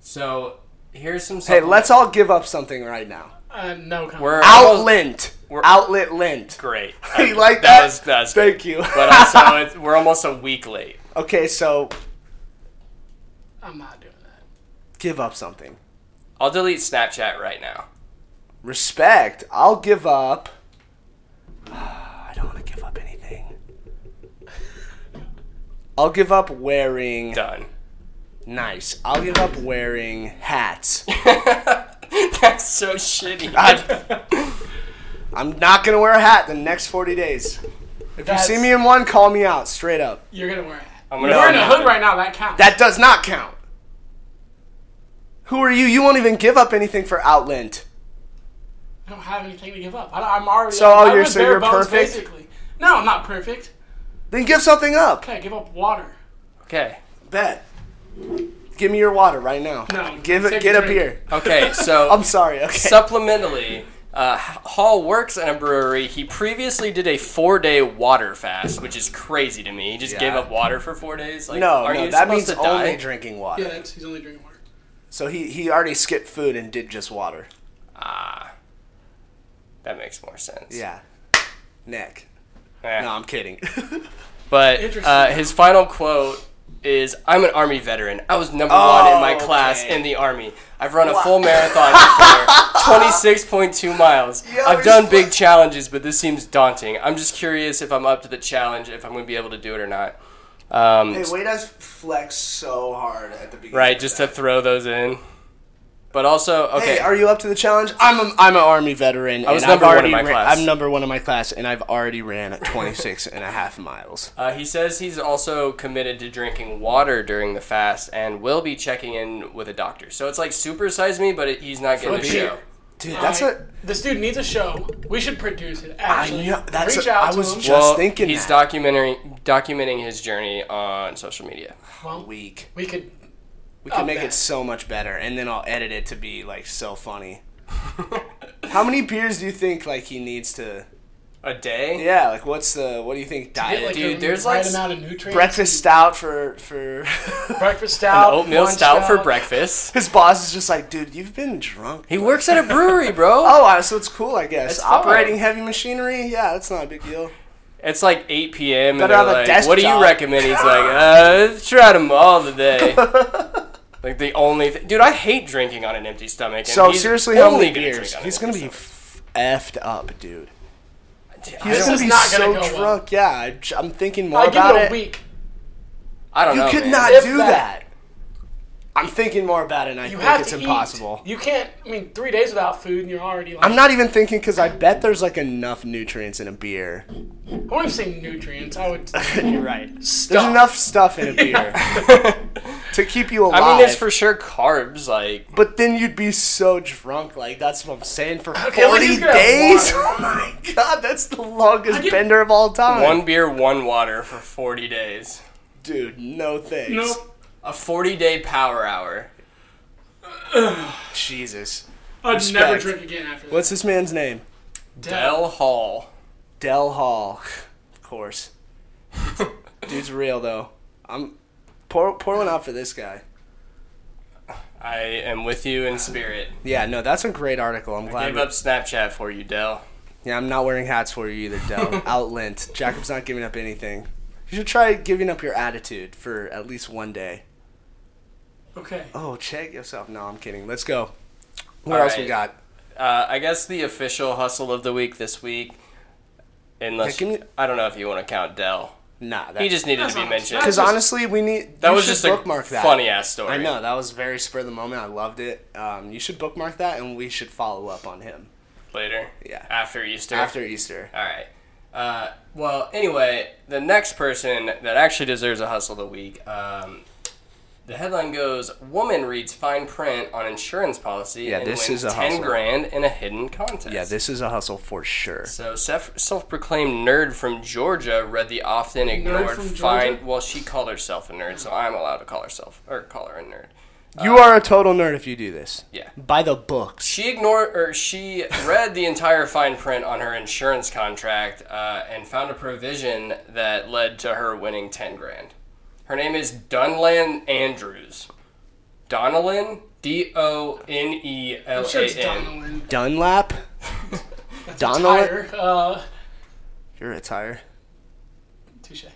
S4: So here's some.
S2: Hey, let's all give up something right now.
S3: Uh, no comment.
S4: We're
S2: Outlet.
S4: we're-
S2: Outlet lint.
S4: Great.
S2: You like that?
S4: That was, that was
S2: Thank
S4: great.
S2: you.
S4: But also, it's, we're almost a week late.
S2: Okay, so
S3: I'm not doing that.
S2: give up something.
S4: I'll delete Snapchat right now.
S2: Respect. I'll give up. I don't want to give up anything. I'll give up wearing.
S4: Done.
S2: Nice. I'll give up wearing hats.
S4: That's so shitty.
S2: I- I'm not gonna wear a hat the next 40 days. If
S3: That's-
S2: you see me in one, call me out straight up.
S3: You're gonna wear a hat.
S4: I'm gonna um,
S3: You're in a
S4: find
S3: hood
S4: out.
S3: right now. That counts.
S2: That does not count. Who are you? You won't even give up anything for Outland.
S3: I don't have anything to give up. I, am already.
S2: So oh,
S3: I, I
S2: you're-
S3: live
S2: so
S3: bare
S2: you're
S3: bones,
S2: perfect?
S3: Basically. No, I'm not perfect.
S2: Then give something up.
S3: Okay, give up water.
S4: Okay.
S2: Bet. Give me your water right now.
S3: No,
S2: Give
S3: take
S2: it.
S3: a
S2: Get a
S3: drink.
S2: beer.
S4: Okay. So
S2: I'm sorry. Okay.
S4: Supplementally, uh, Hall works in a brewery. He previously did a four-day water fast, which is crazy to me. He just gave
S2: Yeah.
S4: up water for four days. Like,
S2: no,
S4: are
S2: no.
S4: you
S2: That
S4: supposed
S2: means
S4: to
S2: only
S4: die?
S2: drinking water.
S3: Yeah, that's, he's only drinking water.
S2: So he he already skipped food and did just water.
S4: ah, that makes more sense.
S2: Yeah. Neck.
S4: Eh.
S2: No, I'm kidding.
S4: But
S3: Interesting.
S4: uh, his final quote is I'm an Army veteran. I was number
S2: Oh,
S4: one in my class
S2: okay.
S4: in the Army. I've run a full marathon before, 26.2 miles.
S2: Yo,
S4: I've
S2: he's
S4: done big
S2: fu-
S4: challenges, but this seems daunting. I'm just curious if I'm up to the challenge, if I'm going to be able to do it or not. Um,
S2: hey, Wade has flexed so hard at the beginning.
S4: right,
S2: of
S4: just
S2: that.
S4: to throw those in. But also, okay.
S2: Hey, are you up to the challenge? I'm a, I'm an army veteran. I
S4: was
S2: and
S4: number
S2: I've
S4: one in
S2: already
S4: my
S2: ran-
S4: class.
S2: I'm number one in my class, and I've already ran at 26 and a half miles.
S4: Uh, he says he's also committed to drinking water during the fast and will be checking in with a doctor. So it's like super size me, but it, he's not getting a
S3: Flip
S4: show.
S3: here.
S2: Dude, that's
S3: Like,
S2: a
S3: This dude needs a show. We should produce it. Actually,
S2: know, that's
S3: reach
S2: a-
S3: out
S2: I
S3: to
S2: was
S3: him.
S2: ju- just thinking
S4: he's
S2: that.
S4: documenting documenting his journey on social media.
S3: well, we,
S2: week.
S3: could.
S2: We can
S3: Up
S2: make
S3: there.
S2: it so much better, and then I'll edit it to be like so funny. How many beers do you think like he needs to?
S4: A day?
S2: Yeah, like what's the what do you think
S3: Get like
S2: diet?
S4: Dude,
S3: a
S4: there's
S3: right
S4: like s-
S3: amount of nutrients.
S2: Breakfast stout for for
S3: breakfast stout,
S4: Oatmeal
S3: lunch
S4: stout for breakfast.
S2: his boss is just like, dude, you've been drunk.
S4: He works at a brewery, bro.
S2: Oh, uh, so it's cool, I guess.
S4: It's fine.
S2: Operating heavy machinery, yeah, that's not a big deal.
S4: It's like 8 p.m. and
S2: Better
S4: they're
S2: have a
S4: like,
S2: desk
S4: "What do you
S2: job."
S4: recommend?" He's like, "Uh, let's try them all today." like the only thi- dude, I hate drinking on an empty stomach. And
S2: So
S4: he's
S2: seriously, how
S4: only
S2: many
S4: gonna
S2: beers?
S4: drink on an
S2: He's
S4: empty
S2: gonna be f- effed up, dude.
S4: stomach. I
S2: He's
S4: don't-
S2: gonna
S3: is
S2: be
S3: not
S2: so
S3: gonna go well.
S2: drunk. Yeah, I, j- I'm thinking more
S3: I give
S2: about
S3: it a
S2: it.
S3: week.
S4: I don't
S2: You
S4: know.
S2: could
S4: man.
S2: not
S3: If
S2: do
S3: that-
S2: that. I'm thinking more about it. and I
S3: You
S2: think
S3: have
S2: it's
S3: to eat.
S2: impossible.
S3: You can't. I mean, three days without food, and you're already like.
S2: I'm not even thinking because I bet there's like enough nutrients in a beer.
S3: I wouldn't say nutrients. I would.
S2: You're right. There's
S3: Stuff.
S2: enough stuff in a beer to keep you alive.
S4: I mean, it's for sure carbs. Like
S2: But then you'd be so drunk, like that's what I'm saying for
S3: Okay, at
S2: 40
S3: least you could have
S2: days.
S3: water.
S2: Oh my god, that's the longest
S3: I get-
S2: bender of all time.
S4: one beer, one water for 40 days.
S2: dude, no thanks.
S3: Nope.
S4: A 40 day power hour.
S2: Jesus.
S3: I'd never
S2: Respect.
S3: drink again after
S2: What's this man's name?
S3: that.
S4: Dell Hall.
S2: Del Hall. Of course. Dude's real though. I'm pour pour one out for this guy.
S4: I am with you in spirit.
S2: Yeah, no, that's a great article. I'm glad.
S4: Give
S2: we-
S4: up Snapchat for you, Dell.
S2: Yeah, I'm not wearing hats for you either, Del. Outlint. Jacob's not giving up anything. You should try giving up your attitude for at least one day.
S3: Okay.
S2: Oh, check yourself. No, I'm kidding. Let's go. What
S4: All
S2: else we
S4: right.
S2: got?
S4: Uh, I guess the official hustle of the week this week, unless
S2: Yeah, give me-
S4: I don't know if you want to count Dell.
S2: Nah, that,
S4: He just needed
S3: That's
S4: to be
S3: not-
S4: mentioned.
S2: because
S3: that was-
S2: honestly, we need
S4: that
S2: you
S4: was
S2: should
S4: just a
S2: bookmark that.
S4: funny ass story.
S2: I know that was very spur of the moment. I loved it. Um, you should bookmark that, and we should follow up on him
S4: Later.
S2: Yeah.
S4: After Easter.
S2: after Easter.
S4: All right. Uh, well, anyway, the next person that actually deserves a hustle of the week. Um, the headline goes: Woman reads fine print on insurance policy
S2: Yeah,
S4: and
S2: this
S4: wins
S2: is a
S4: ten
S2: hustle.
S4: grand in a hidden contest.
S2: Yeah, this is a hustle for sure.
S4: So self self-proclaimed nerd from Georgia read the often ignored
S3: from
S4: fine.
S3: Georgia?
S4: Well, she called herself a nerd, so I'm allowed to call herself or call her a nerd.
S2: You are a total nerd if you do this.
S4: Yeah.
S2: By the books.
S4: She ignored or she read the entire fine print on her insurance contract uh, and found a provision that led to her winning ten grand. Her name is Dunlan Andrews. Donnellan, D O N E L
S3: I'm sure
S4: A
S3: it's
S4: N.
S3: Donnellan.
S2: Dunlap. Donald.
S3: Tire. Uh,
S2: You're a tire.
S3: touche.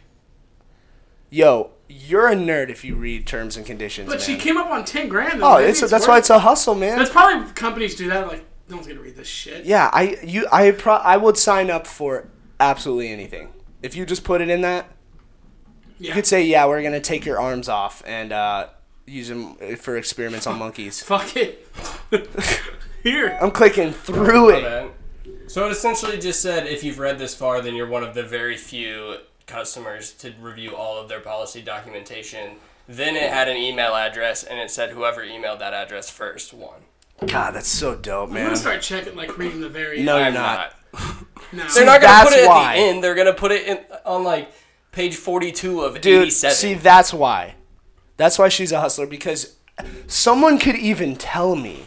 S2: Yo, you're a nerd if you read terms and conditions.
S3: But she
S2: man.
S3: came up on ten grand. Though.
S2: Oh,
S3: Maybe
S2: it's a, that's why
S3: worth-
S2: it's a hustle, man.
S3: That's probably companies do that. Like, no one's gonna read this shit.
S2: Yeah, I you I pro- I would sign up for absolutely anything. If you just put it in that,
S3: Yeah.
S2: you could say, "Yeah, we're gonna take your arms off and uh, use them for experiments on monkeys."
S3: Fuck it. Here.
S2: I'm clicking through it.
S4: So it essentially just said if you've read this far, then you're one of the very few customers to review all of their policy documentation. Then it had an email address, and it said whoever emailed that address first won.
S2: God, that's so dope,
S3: I'm
S2: man.
S3: gonna start checking, like reading the very.
S2: No, you're
S4: I'm
S2: not.
S4: not.
S3: No.
S4: They're not gonna
S2: that's
S4: put it
S2: why.
S4: at the end. They're gonna put it in on like page forty-two of
S2: Dude,
S4: eighty-seven.
S2: see, that's why. That's why she's a hustler because someone could even tell me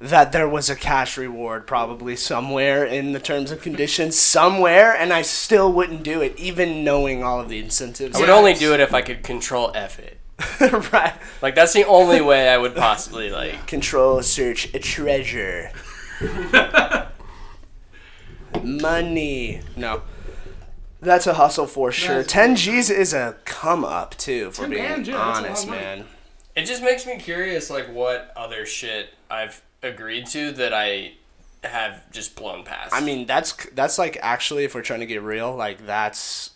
S2: that there was a cash reward probably somewhere in the terms and conditions somewhere, and I still wouldn't do it, even knowing all of the incentives.
S4: I would only do it if I could control F it.
S2: right.
S4: Like that's the only way I would possibly like.
S2: Control search a treasure. Money. No. That's a hustle for sure.
S3: is-
S2: 10 G's is a come up too, for
S3: 10
S2: being
S3: grand, yeah, that's a lot of
S2: honest,
S3: money.
S2: man.
S4: It just makes me curious, like what other shit I've agreed to that I have just blown past.
S2: I mean, that's that's like actually if we're trying to get real, like that's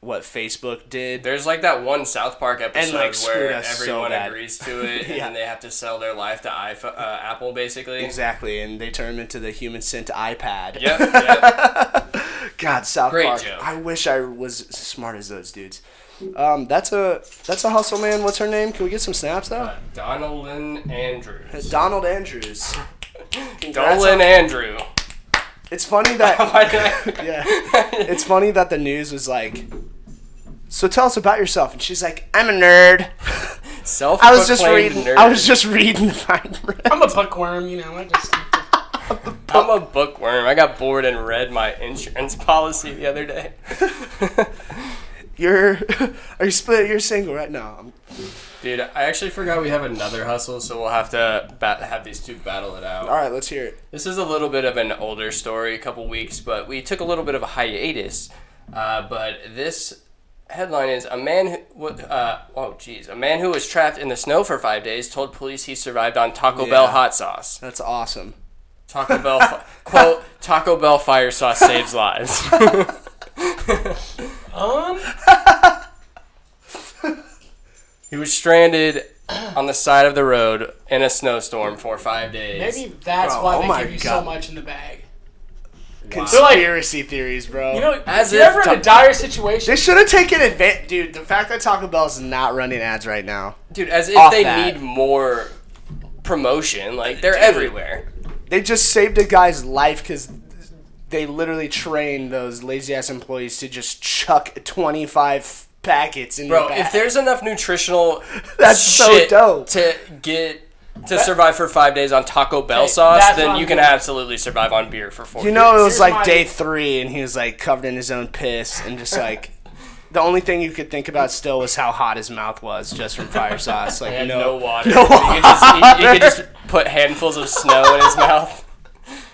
S2: what Facebook did.
S4: there's like that one South Park episode
S2: like, screwed
S4: where
S2: us so
S4: everyone
S2: bad.
S4: agrees to it, and
S2: Yeah.
S4: then they have to sell their life to iPhone, uh, Apple, basically.
S2: Exactly, and they turned into the human sent iPad.
S4: Yep. yep.
S2: God, South
S4: Great
S2: Park.
S4: joke.
S2: I wish I was as smart as those dudes. Um, that's a that's a hustle, man. What's her name? Can we get some snaps though?
S4: Uh, Donalyn Andrews.
S2: Donald Andrews. Congrats
S4: Dolan
S2: on-
S4: Andrew.
S2: It's funny that
S4: Why did I-
S2: yeah, it's funny that the news was like, so tell us about yourself, and she's like, I'm a nerd.
S4: Self.
S2: I was just reading. I was just reading the fine print.
S3: I'm a buckworm. You know. I just.
S4: I'm a bookworm. I got bored and read my insurance policy the other day.
S2: You're are you split? You're single right now. I'm-
S4: Dude, I actually forgot we have another hustle, so we'll have to bat- have these two battle it out.
S2: All right, let's hear it.
S4: This is a little bit of an older story, a couple weeks, but we took a little bit of a hiatus. Uh, but this headline is a man who, wa- uh, oh geez, a man who was trapped in the snow for five days told police he survived on Taco Bell
S2: Yeah.
S4: hot sauce.
S2: That's awesome.
S4: Taco Bell fi- quote Taco Bell fire sauce saves lives.
S3: Um.
S4: he was stranded on the side of the road in a snowstorm for five days.
S3: Maybe that's
S2: Bro,
S3: why
S2: oh
S3: they
S2: my
S3: give you
S2: God.
S3: so much in the bag.
S2: Conspiracy theories, bro.
S3: You know,
S4: As
S3: as you're
S4: if
S3: ever in
S4: to-
S3: a dire situation,
S2: they should have taken advantage, dude. The fact that Taco Bell is not running ads right now,
S4: dude, as if
S2: Off
S4: they
S2: that.
S4: need more promotion. Like they're everywhere.
S2: they just saved a guy's life because they literally trained those lazy ass employees to just chuck twenty five packets in
S4: Bro,
S2: the bag.
S4: if there's enough nutritional
S2: That's so
S4: shit
S2: dope.
S4: to get to survive for five days on Taco Bell
S3: Okay,
S4: sauce,
S3: that's
S4: then
S3: what
S4: you
S3: I'm
S4: can
S3: doing.
S4: absolutely survive on beer for four.
S2: you know, it
S4: days.
S2: was
S3: Here's
S2: like
S3: my-
S2: day three, and he was like covered in his own piss, and just like. The only thing you could think about still was how hot his mouth was just from fire sauce. Like,
S4: He had
S2: you
S4: no,
S2: know,
S4: water. You could just, you, you could just put handfuls of snow in his mouth.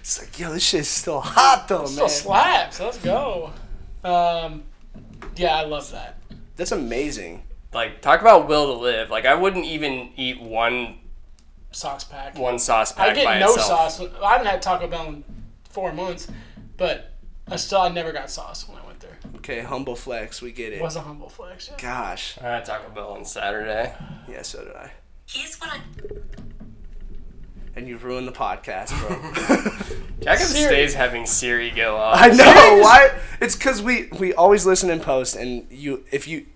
S2: It's like, yo, this shit is still hot though,
S3: still
S2: man.
S3: slaps. Let's go. Um. Yeah, I love that.
S2: That's amazing.
S4: Like talk about will to live. Like I wouldn't even eat one
S3: Sauce pack.
S4: one sauce
S3: I
S4: pack by
S3: get no
S4: itself.
S3: sauce. I haven't had Taco Bell in four months, but I still I never got sauce when I went there.
S2: Okay, humble flex. We get it.
S3: It was a humble flex. Yeah.
S2: Gosh.
S4: I had Taco Bell on Saturday.
S2: Yeah, so did I.
S5: Here's what I
S2: And you've ruined the podcast, bro.
S4: Jacob
S3: Siri.
S4: stays having Siri go off.
S2: I know why. It's because we we always listen and post, and you if you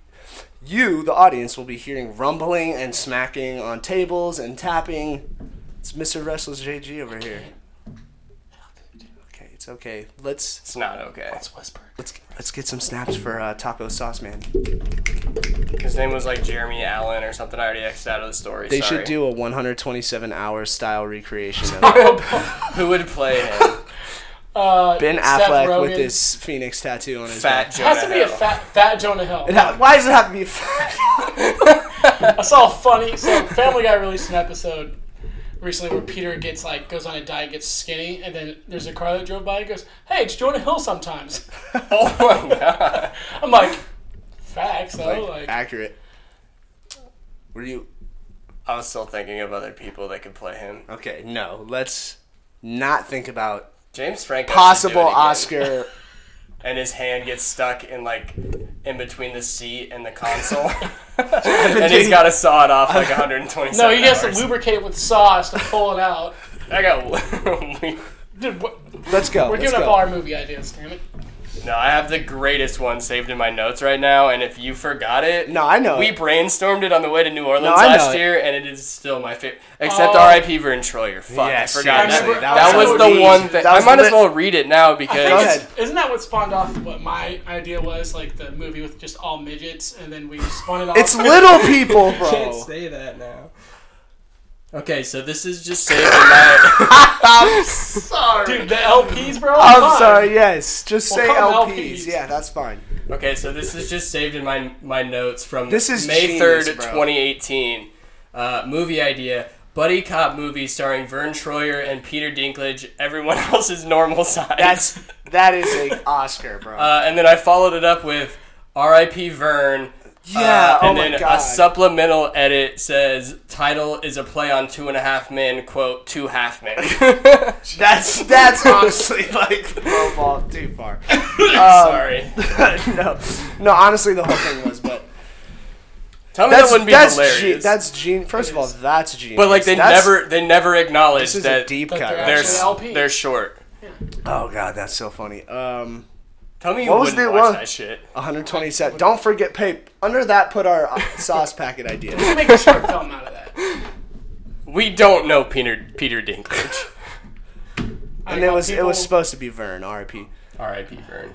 S2: you the audience will be hearing rumbling and smacking on tables and tapping. It's Mr. Wrestler's JG over here. Okay, it's okay. Let's
S4: It's not okay.
S3: It's whispered.
S2: let's let's get some snaps for uh, Taco Sauce Man.
S4: His name was like Jeremy Allen or something. I already X'd out of the story.
S2: They
S4: sorry.
S2: should do a 127 hour style recreation of
S4: Who would play him?
S3: Uh,
S2: Ben
S3: Seth
S2: Affleck with
S3: Rogen.
S2: this phoenix tattoo on his
S4: Fat
S2: back.
S3: It has
S4: Jonah
S3: to be a
S4: Hill.
S3: fat, fat Jonah Hill.
S2: Now, Why does it have to be fat?
S3: I saw a funny. So Family Guy released an episode recently where Peter gets like goes on a diet, gets skinny, and then there's a car that drove by and goes, "Hey, it's Jonah Hill." Sometimes
S4: Oh my god.
S3: I'm like, facts though. Like,
S2: accurate. Were you
S4: I was still thinking of other people that could play him.
S2: okay? No, let's not think about
S4: James Franco. should do
S2: possible
S4: it again.
S2: Oscar.
S4: And his hand gets stuck in like in between the seat and the console. and he's
S2: thinking-
S4: got to saw it off like 127
S3: no, you guys
S4: hours.
S3: lubricate it with sauce to pull it out.
S4: I got. lu-
S3: Dude, what,
S2: Let's go.
S3: we're
S2: let's
S3: giving up
S2: go.
S3: all our movie ideas, damn it.
S4: no, I have the greatest one saved in my notes right now, and if you forgot it,
S2: No, I know.
S4: We
S2: it.
S4: brainstormed it on the way to New Orleans
S2: No, I know
S4: last
S2: it.
S4: year, and it is still my favorite. Except
S3: Oh.
S4: R.I.P. Vern Troyer. Fuck,
S2: Yes,
S4: I forgot
S2: seriously,
S4: that.
S3: that
S4: That
S3: was
S4: was,
S3: so
S4: the
S2: deep.
S4: one thing.
S2: That
S4: I
S2: was
S4: might as
S2: lit.
S4: well read it now because
S2: Go ahead.
S3: Isn't that what spawned off what my idea was? Like the movie with just all midgets, and then we spun it off.
S2: It's little people,
S6: can't
S2: bro.
S6: say that now. Okay, so this is just
S4: saved in my.
S2: I'm sorry.
S3: Dude, the LPs, bro.
S2: I'm
S3: Come on.
S2: sorry. Yes, just
S3: Well,
S2: say
S3: call them
S2: LPs.
S3: LPs.
S2: Yeah, that's fine.
S4: Okay, so this is just saved in my my notes from
S2: This is
S4: May
S2: genius,
S4: third,
S2: bro.
S4: twenty eighteen. Uh, movie idea: buddy cop movie starring Vern Troyer and Peter Dinklage. Everyone else is normal size.
S2: That's that is a Oscar, bro.
S4: Uh, and then I followed it up with R.I.P. Vern.
S2: yeah.
S4: uh, and
S2: oh my
S4: then
S2: god.
S4: a supplemental edit says title is a play on two and a half men quote two half men
S2: that's that's honestly like the low ball too far.
S4: sorry
S2: Um, no, no. Honestly, the whole thing was, but
S4: tell me that
S2: that's
S4: wouldn't be
S2: that's
S4: hilarious
S2: gen- that's gene. First of all, that's genius.
S4: but like they
S2: That's-
S4: never they never
S2: This
S4: acknowledge
S2: is
S4: that
S2: a deep
S3: that
S2: cut.
S3: they're
S4: they're
S2: right?
S3: actually-
S4: s-
S3: LP.
S4: they're short
S2: oh god, that's so funny. Um,
S4: tell me you
S2: What was
S4: wouldn't
S2: the
S4: watch
S2: one-
S4: that shit
S2: 127. Don't forget pape. Under that, put our uh, sauce packet idea.
S3: Make a short film out of that.
S4: we don't know Peter Peter Dinklage
S2: And it was it was supposed to be Vern. R.I.P.
S4: R.I.P. Vern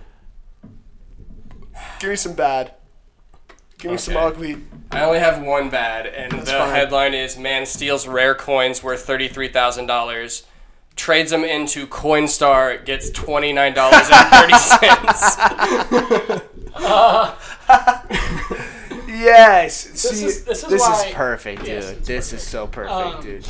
S2: Give me some bad. Give me some
S4: Okay.
S2: ugly.
S4: I only have one bad and the
S2: fine.
S4: headline is man steals rare coins worth thirty three thousand dollars. Trades them into Coinstar, gets twenty nine dollars and thirty cents.
S2: Yes. See,
S3: is- this is why-
S2: perfect, dude.
S3: Yes, it's
S2: this is so perfect,
S3: Um,
S2: dude.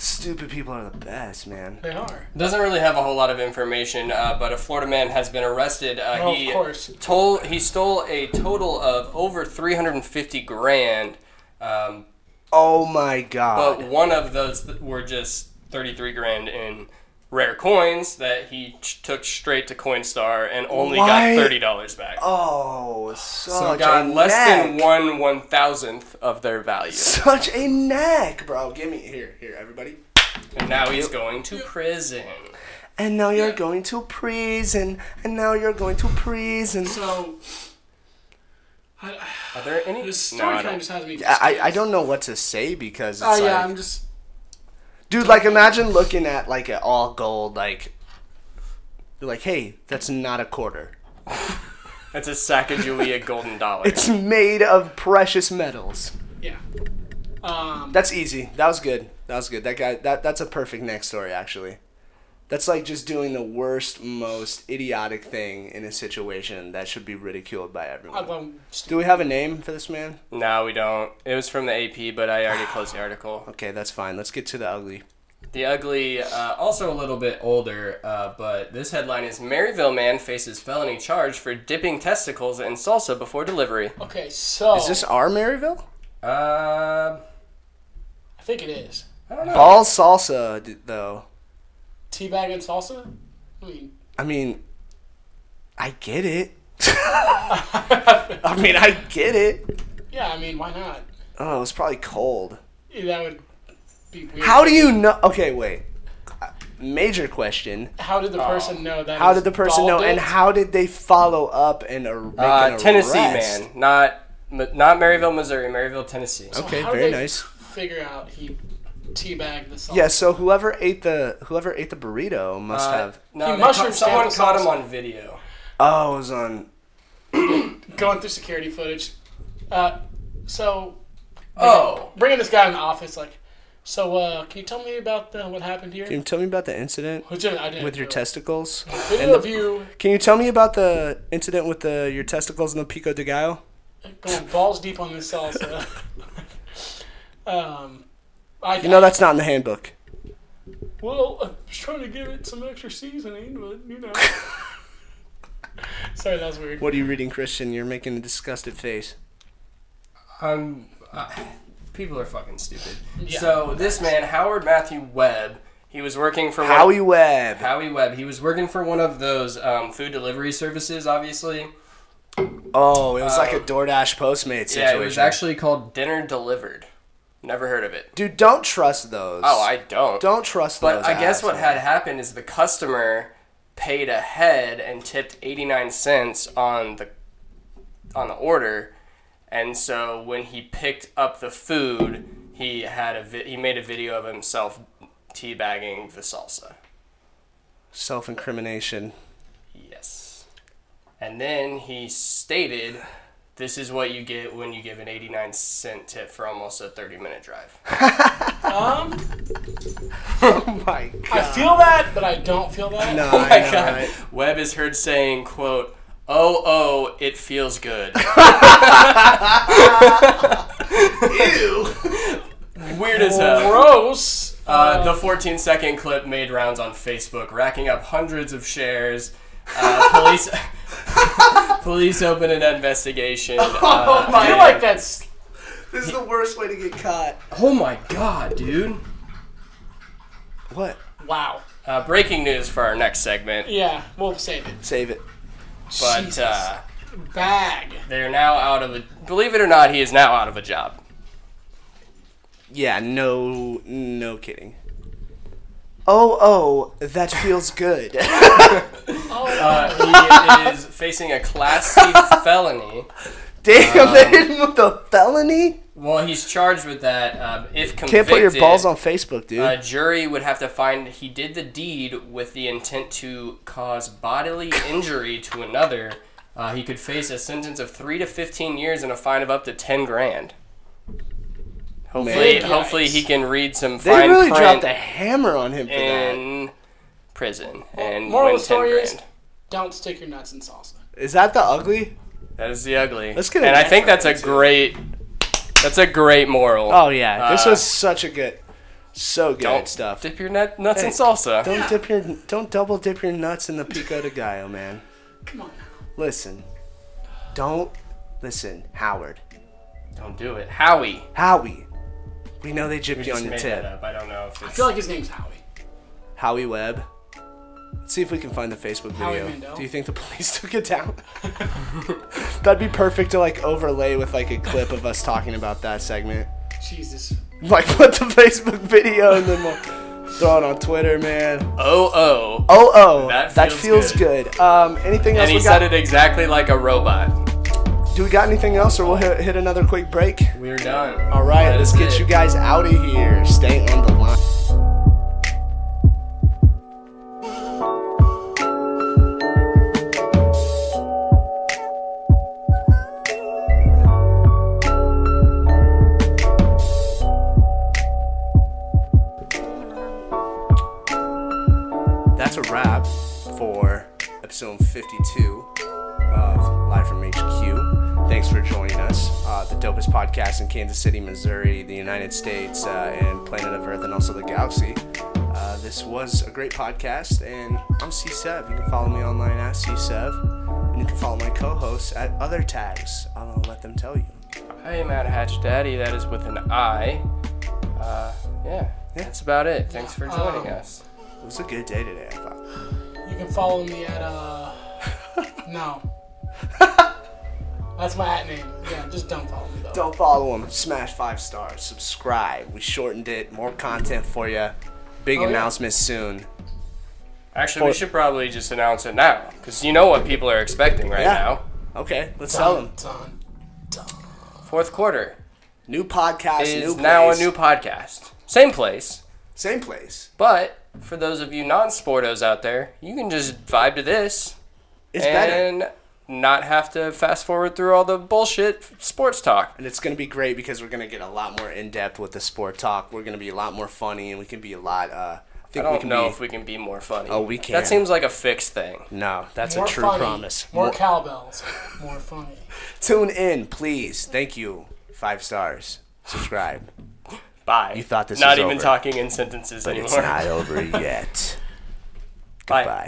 S2: Stupid people are the best, man.
S3: They are.
S4: Doesn't really have a whole lot of information, uh, but a Florida man has been arrested. Uh,
S3: Oh,
S4: he
S3: of course.
S4: Told, he stole a total of over 350 grand, um,
S2: Oh my god.
S4: but one of those th- were just 33 grand in rare coins that he ch- took straight to Coinstar and only
S2: Why?
S4: got $30 back.
S2: oh, such
S4: so got
S2: a
S4: less than
S2: neck.
S4: one one thousandth of their value,
S2: Such a neck, bro. Give me here, here, everybody.
S4: and now he's going to prison.
S2: And now you're going to prison. And now you're going to prison.
S3: So, I,
S4: Are there any?
S3: this
S4: No,
S3: story
S4: I
S3: kind of
S4: don't.
S3: just has me.
S2: I, I don't know what to say because it's
S3: Oh
S2: like,
S3: yeah, I'm just.
S2: dude, like imagine looking at like an all gold like, you're like, hey, that's not a quarter.
S4: It's a Sacagawea golden dollar.
S2: It's made of precious metals.
S3: Yeah. Um,
S2: That's easy. That was good. That was good. That guy. That that's a perfect next story actually. That's like just doing the worst, most idiotic thing in a situation that should be ridiculed by
S3: I
S2: everyone.
S3: love
S2: Do we have a name for this man?
S4: No, we don't. It was from the AP, but I already closed the article.
S2: Okay, that's fine. Let's get to the ugly.
S4: The Ugly, uh, also a little bit older, uh, but this headline is Maryville man faces felony charge for dipping testicles in salsa before delivery.
S3: Okay, so
S2: Is this our Maryville?
S4: Uh,
S3: I think it is
S4: I don't know.
S2: Ball salsa d- though.
S3: teabag and salsa. I mean,
S2: I mean, I get it. I mean, I get it.
S3: yeah, I mean, why not?
S2: Oh, it was probably cold.
S3: Yeah, That would be weird.
S2: How do you know? Okay, wait. Uh, Major question.
S3: How did the person know that?
S2: Oh. How
S3: is
S2: did the person
S3: bald
S2: know, and
S3: dick?
S2: how did they follow up and ar- make
S4: Uh,
S2: an
S4: Tennessee
S2: arrest?
S4: man, not m- not Maryville, Missouri, Maryville, Tennessee.
S2: Okay,
S3: How did
S2: very
S3: they
S2: nice.
S3: Figure out he teabagged the salsa.
S2: Yeah, so whoever ate the whoever ate the burrito must
S4: Uh,
S2: have.
S4: no,
S3: He
S4: they
S3: mushroom
S4: caught- someone
S3: stamped
S4: caught
S3: the
S4: him
S3: salsa.
S4: on video.
S2: Oh, it was on.
S3: Going through security footage. Uh, so
S4: Oh,
S3: bringing this guy in the office, like, so uh, can you tell me about the, what happened here?
S2: Can you tell me about the incident
S3: Which I didn't
S2: with your
S3: know.
S2: testicles?
S3: Video
S2: and the-
S3: of you
S2: Can you tell me about the incident with the your testicles and the pico de gallo?
S3: going balls deep on this salsa. um, I,
S2: You know that's not in the handbook.
S3: Well, I'm just trying to give it some extra seasoning, but you know. Sorry, that was weird.
S2: What are you reading, Christian? You're making a disgusted face.
S4: I'm. Uh, people are fucking stupid.
S3: Yeah.
S4: So this man, Howard Matthew Webb, he was working for one-
S2: Howie Webb.
S4: Howie Webb. He was working for one of those um, food delivery services, obviously.
S2: Oh, it was like a DoorDash Postmate situation.
S4: Yeah, it was actually called Dinner Delivered. Never heard of it.
S2: Dude, don't trust those.
S4: Oh, I don't.
S2: don't trust
S4: but
S2: those.
S4: I guess
S2: apps,
S4: what
S2: man.
S4: had happened is the customer paid ahead and tipped 89 cents on the on the order. And so when he picked up the food, he had a vi- he made a video of himself teabagging the salsa.
S2: self-incrimination.
S4: Yes. And then he stated, "This is what you get when you give an 89 cent tip for almost a 30 minute drive."
S3: Um,
S2: Oh my
S3: I feel that, but I don't feel that.
S2: No,
S4: Oh
S2: I
S4: my
S2: know,
S4: god.
S2: right?
S4: Webb is heard saying, "quote Oh oh, it feels good." Weird as hell.
S3: Gross.
S4: Uh, the 14 second clip made rounds on Facebook, racking up hundreds of shares. Uh, police police opened an investigation. uh,
S3: I feel like that's
S2: This is the worst way to get caught.
S4: oh my god, dude!
S2: What?
S3: wow.
S4: Uh, breaking news for our next segment,
S3: Yeah, we'll save it.
S2: Save it.
S4: but
S3: Jesus.
S4: uh,
S3: bag.
S4: they're now out of a. Believe it or not, he is now out of a job.
S2: Yeah, no, no kidding. Oh, oh, that feels good.
S3: Oh,
S4: Uh, he is facing a Class C felony.
S2: Damn, they hit
S4: Um,
S2: him with a felony.
S4: Well, he's charged with that. Um, if convicted,
S2: Can't put your balls on Facebook, dude.
S4: A jury would have to find he did the deed with the intent to cause bodily injury to another. Uh, he could face a sentence of three to fifteen years and a fine of up to ten grand. Hopefully,
S3: Man.
S4: hopefully he can read some
S2: Oh, they
S4: fine
S2: really
S4: print
S2: dropped the hammer on him for
S4: in prison and
S3: moral
S4: win
S3: of the story
S4: ten
S3: is-
S4: grand.
S3: don't stick your nuts in salsa.
S2: that. Is that the ugly?
S4: That is the ugly.
S2: Let's get
S4: and
S2: a
S4: I think that's
S2: next
S4: a
S2: one, too.
S4: great. That's a great moral.
S2: Oh yeah, this
S4: Uh,
S2: was such a good, so good
S4: don't
S2: stuff.
S4: Dip your nut, nuts in
S2: Hey,
S4: salsa.
S2: Don't dip your, don't double dip your nuts in the pico de gallo, man.
S3: Come on now.
S2: Listen, don't listen, Howard,
S4: Don't do it, Howie.
S2: Howie. We know they gypped
S4: We
S2: you
S4: just
S2: on your
S4: made
S2: tip,
S4: that up. I don't know if it's.
S3: I feel like his name's Howie.
S2: Howie Webb. Let's see if we can find the Facebook
S3: Howie
S2: video.
S3: Mandel.
S2: Do you think the police took it down? That'd be perfect to like overlay with like a clip of us talking about that segment.
S3: Jesus.
S2: Like put the Facebook video and then we'll throw it on Twitter, man.
S4: oh oh.
S2: Oh oh,
S4: That
S2: that,
S4: feels
S2: feels, good. Um, anything else
S4: and he
S2: we got?
S4: said it exactly like a robot.
S2: Do we got anything else, or we'll hit, hit another quick break?
S4: We're done.
S2: All right,
S4: That
S2: let's
S4: is
S2: get
S4: it.
S2: you guys out of here. Stay on the line. That's a wrap for episode 52 of Live from HQ. Thanks for joining us. Uh, the dopest podcast in Kansas City, Missouri, the United States, uh, and planet of Earth, and also the galaxy. This was a great podcast, and I'm C Sev. You can follow me online at C Sev, and you can follow my co-hosts at other tags. i will let them tell you.
S4: I am at Hatch Daddy. That is with an I. Uh, yeah, that's about it. Thanks for joining
S3: Um,
S4: us.
S2: It was a good day today. I thought.
S3: You can follow me at uh no. That's my at name. Yeah, just don't follow me though.
S2: Don't follow them. Smash five stars. Subscribe. We shortened it. More content for you. Big
S3: Oh, yeah.
S2: announcement soon.
S4: Actually, we should probably just announce it now, because you know what people are expecting right
S2: Yeah.
S4: now.
S2: Okay, let's tell them.
S3: Dun, dun, dun.
S4: Fourth quarter
S2: New podcast.
S4: is
S2: new
S4: now a
S2: place.
S4: new podcast. Same place,
S2: same place.
S4: but for those of you non-sportos out there, you can just vibe to this
S2: It's better.
S4: and not have to fast forward through all the bullshit sports talk.
S2: And it's going to be great because we're going to get a lot more in depth with the sport talk. We're going to be a lot more funny and we can be a lot. Uh, I
S4: I
S2: think we
S4: don't
S2: can
S4: know
S2: be.
S4: if we can be more funny.
S2: Oh, we can.
S4: That seems like a fixed thing.
S2: no, that's a true promise.
S3: More,
S2: More-
S3: cowbells. More funny.
S2: Tune in, please. Thank you. Five stars. Subscribe.
S4: Bye.
S2: You thought this
S4: not
S2: was
S4: even
S2: over.
S4: talking in sentences
S2: But
S4: anymore.
S2: it's not over yet.
S4: Bye.
S2: Goodbye.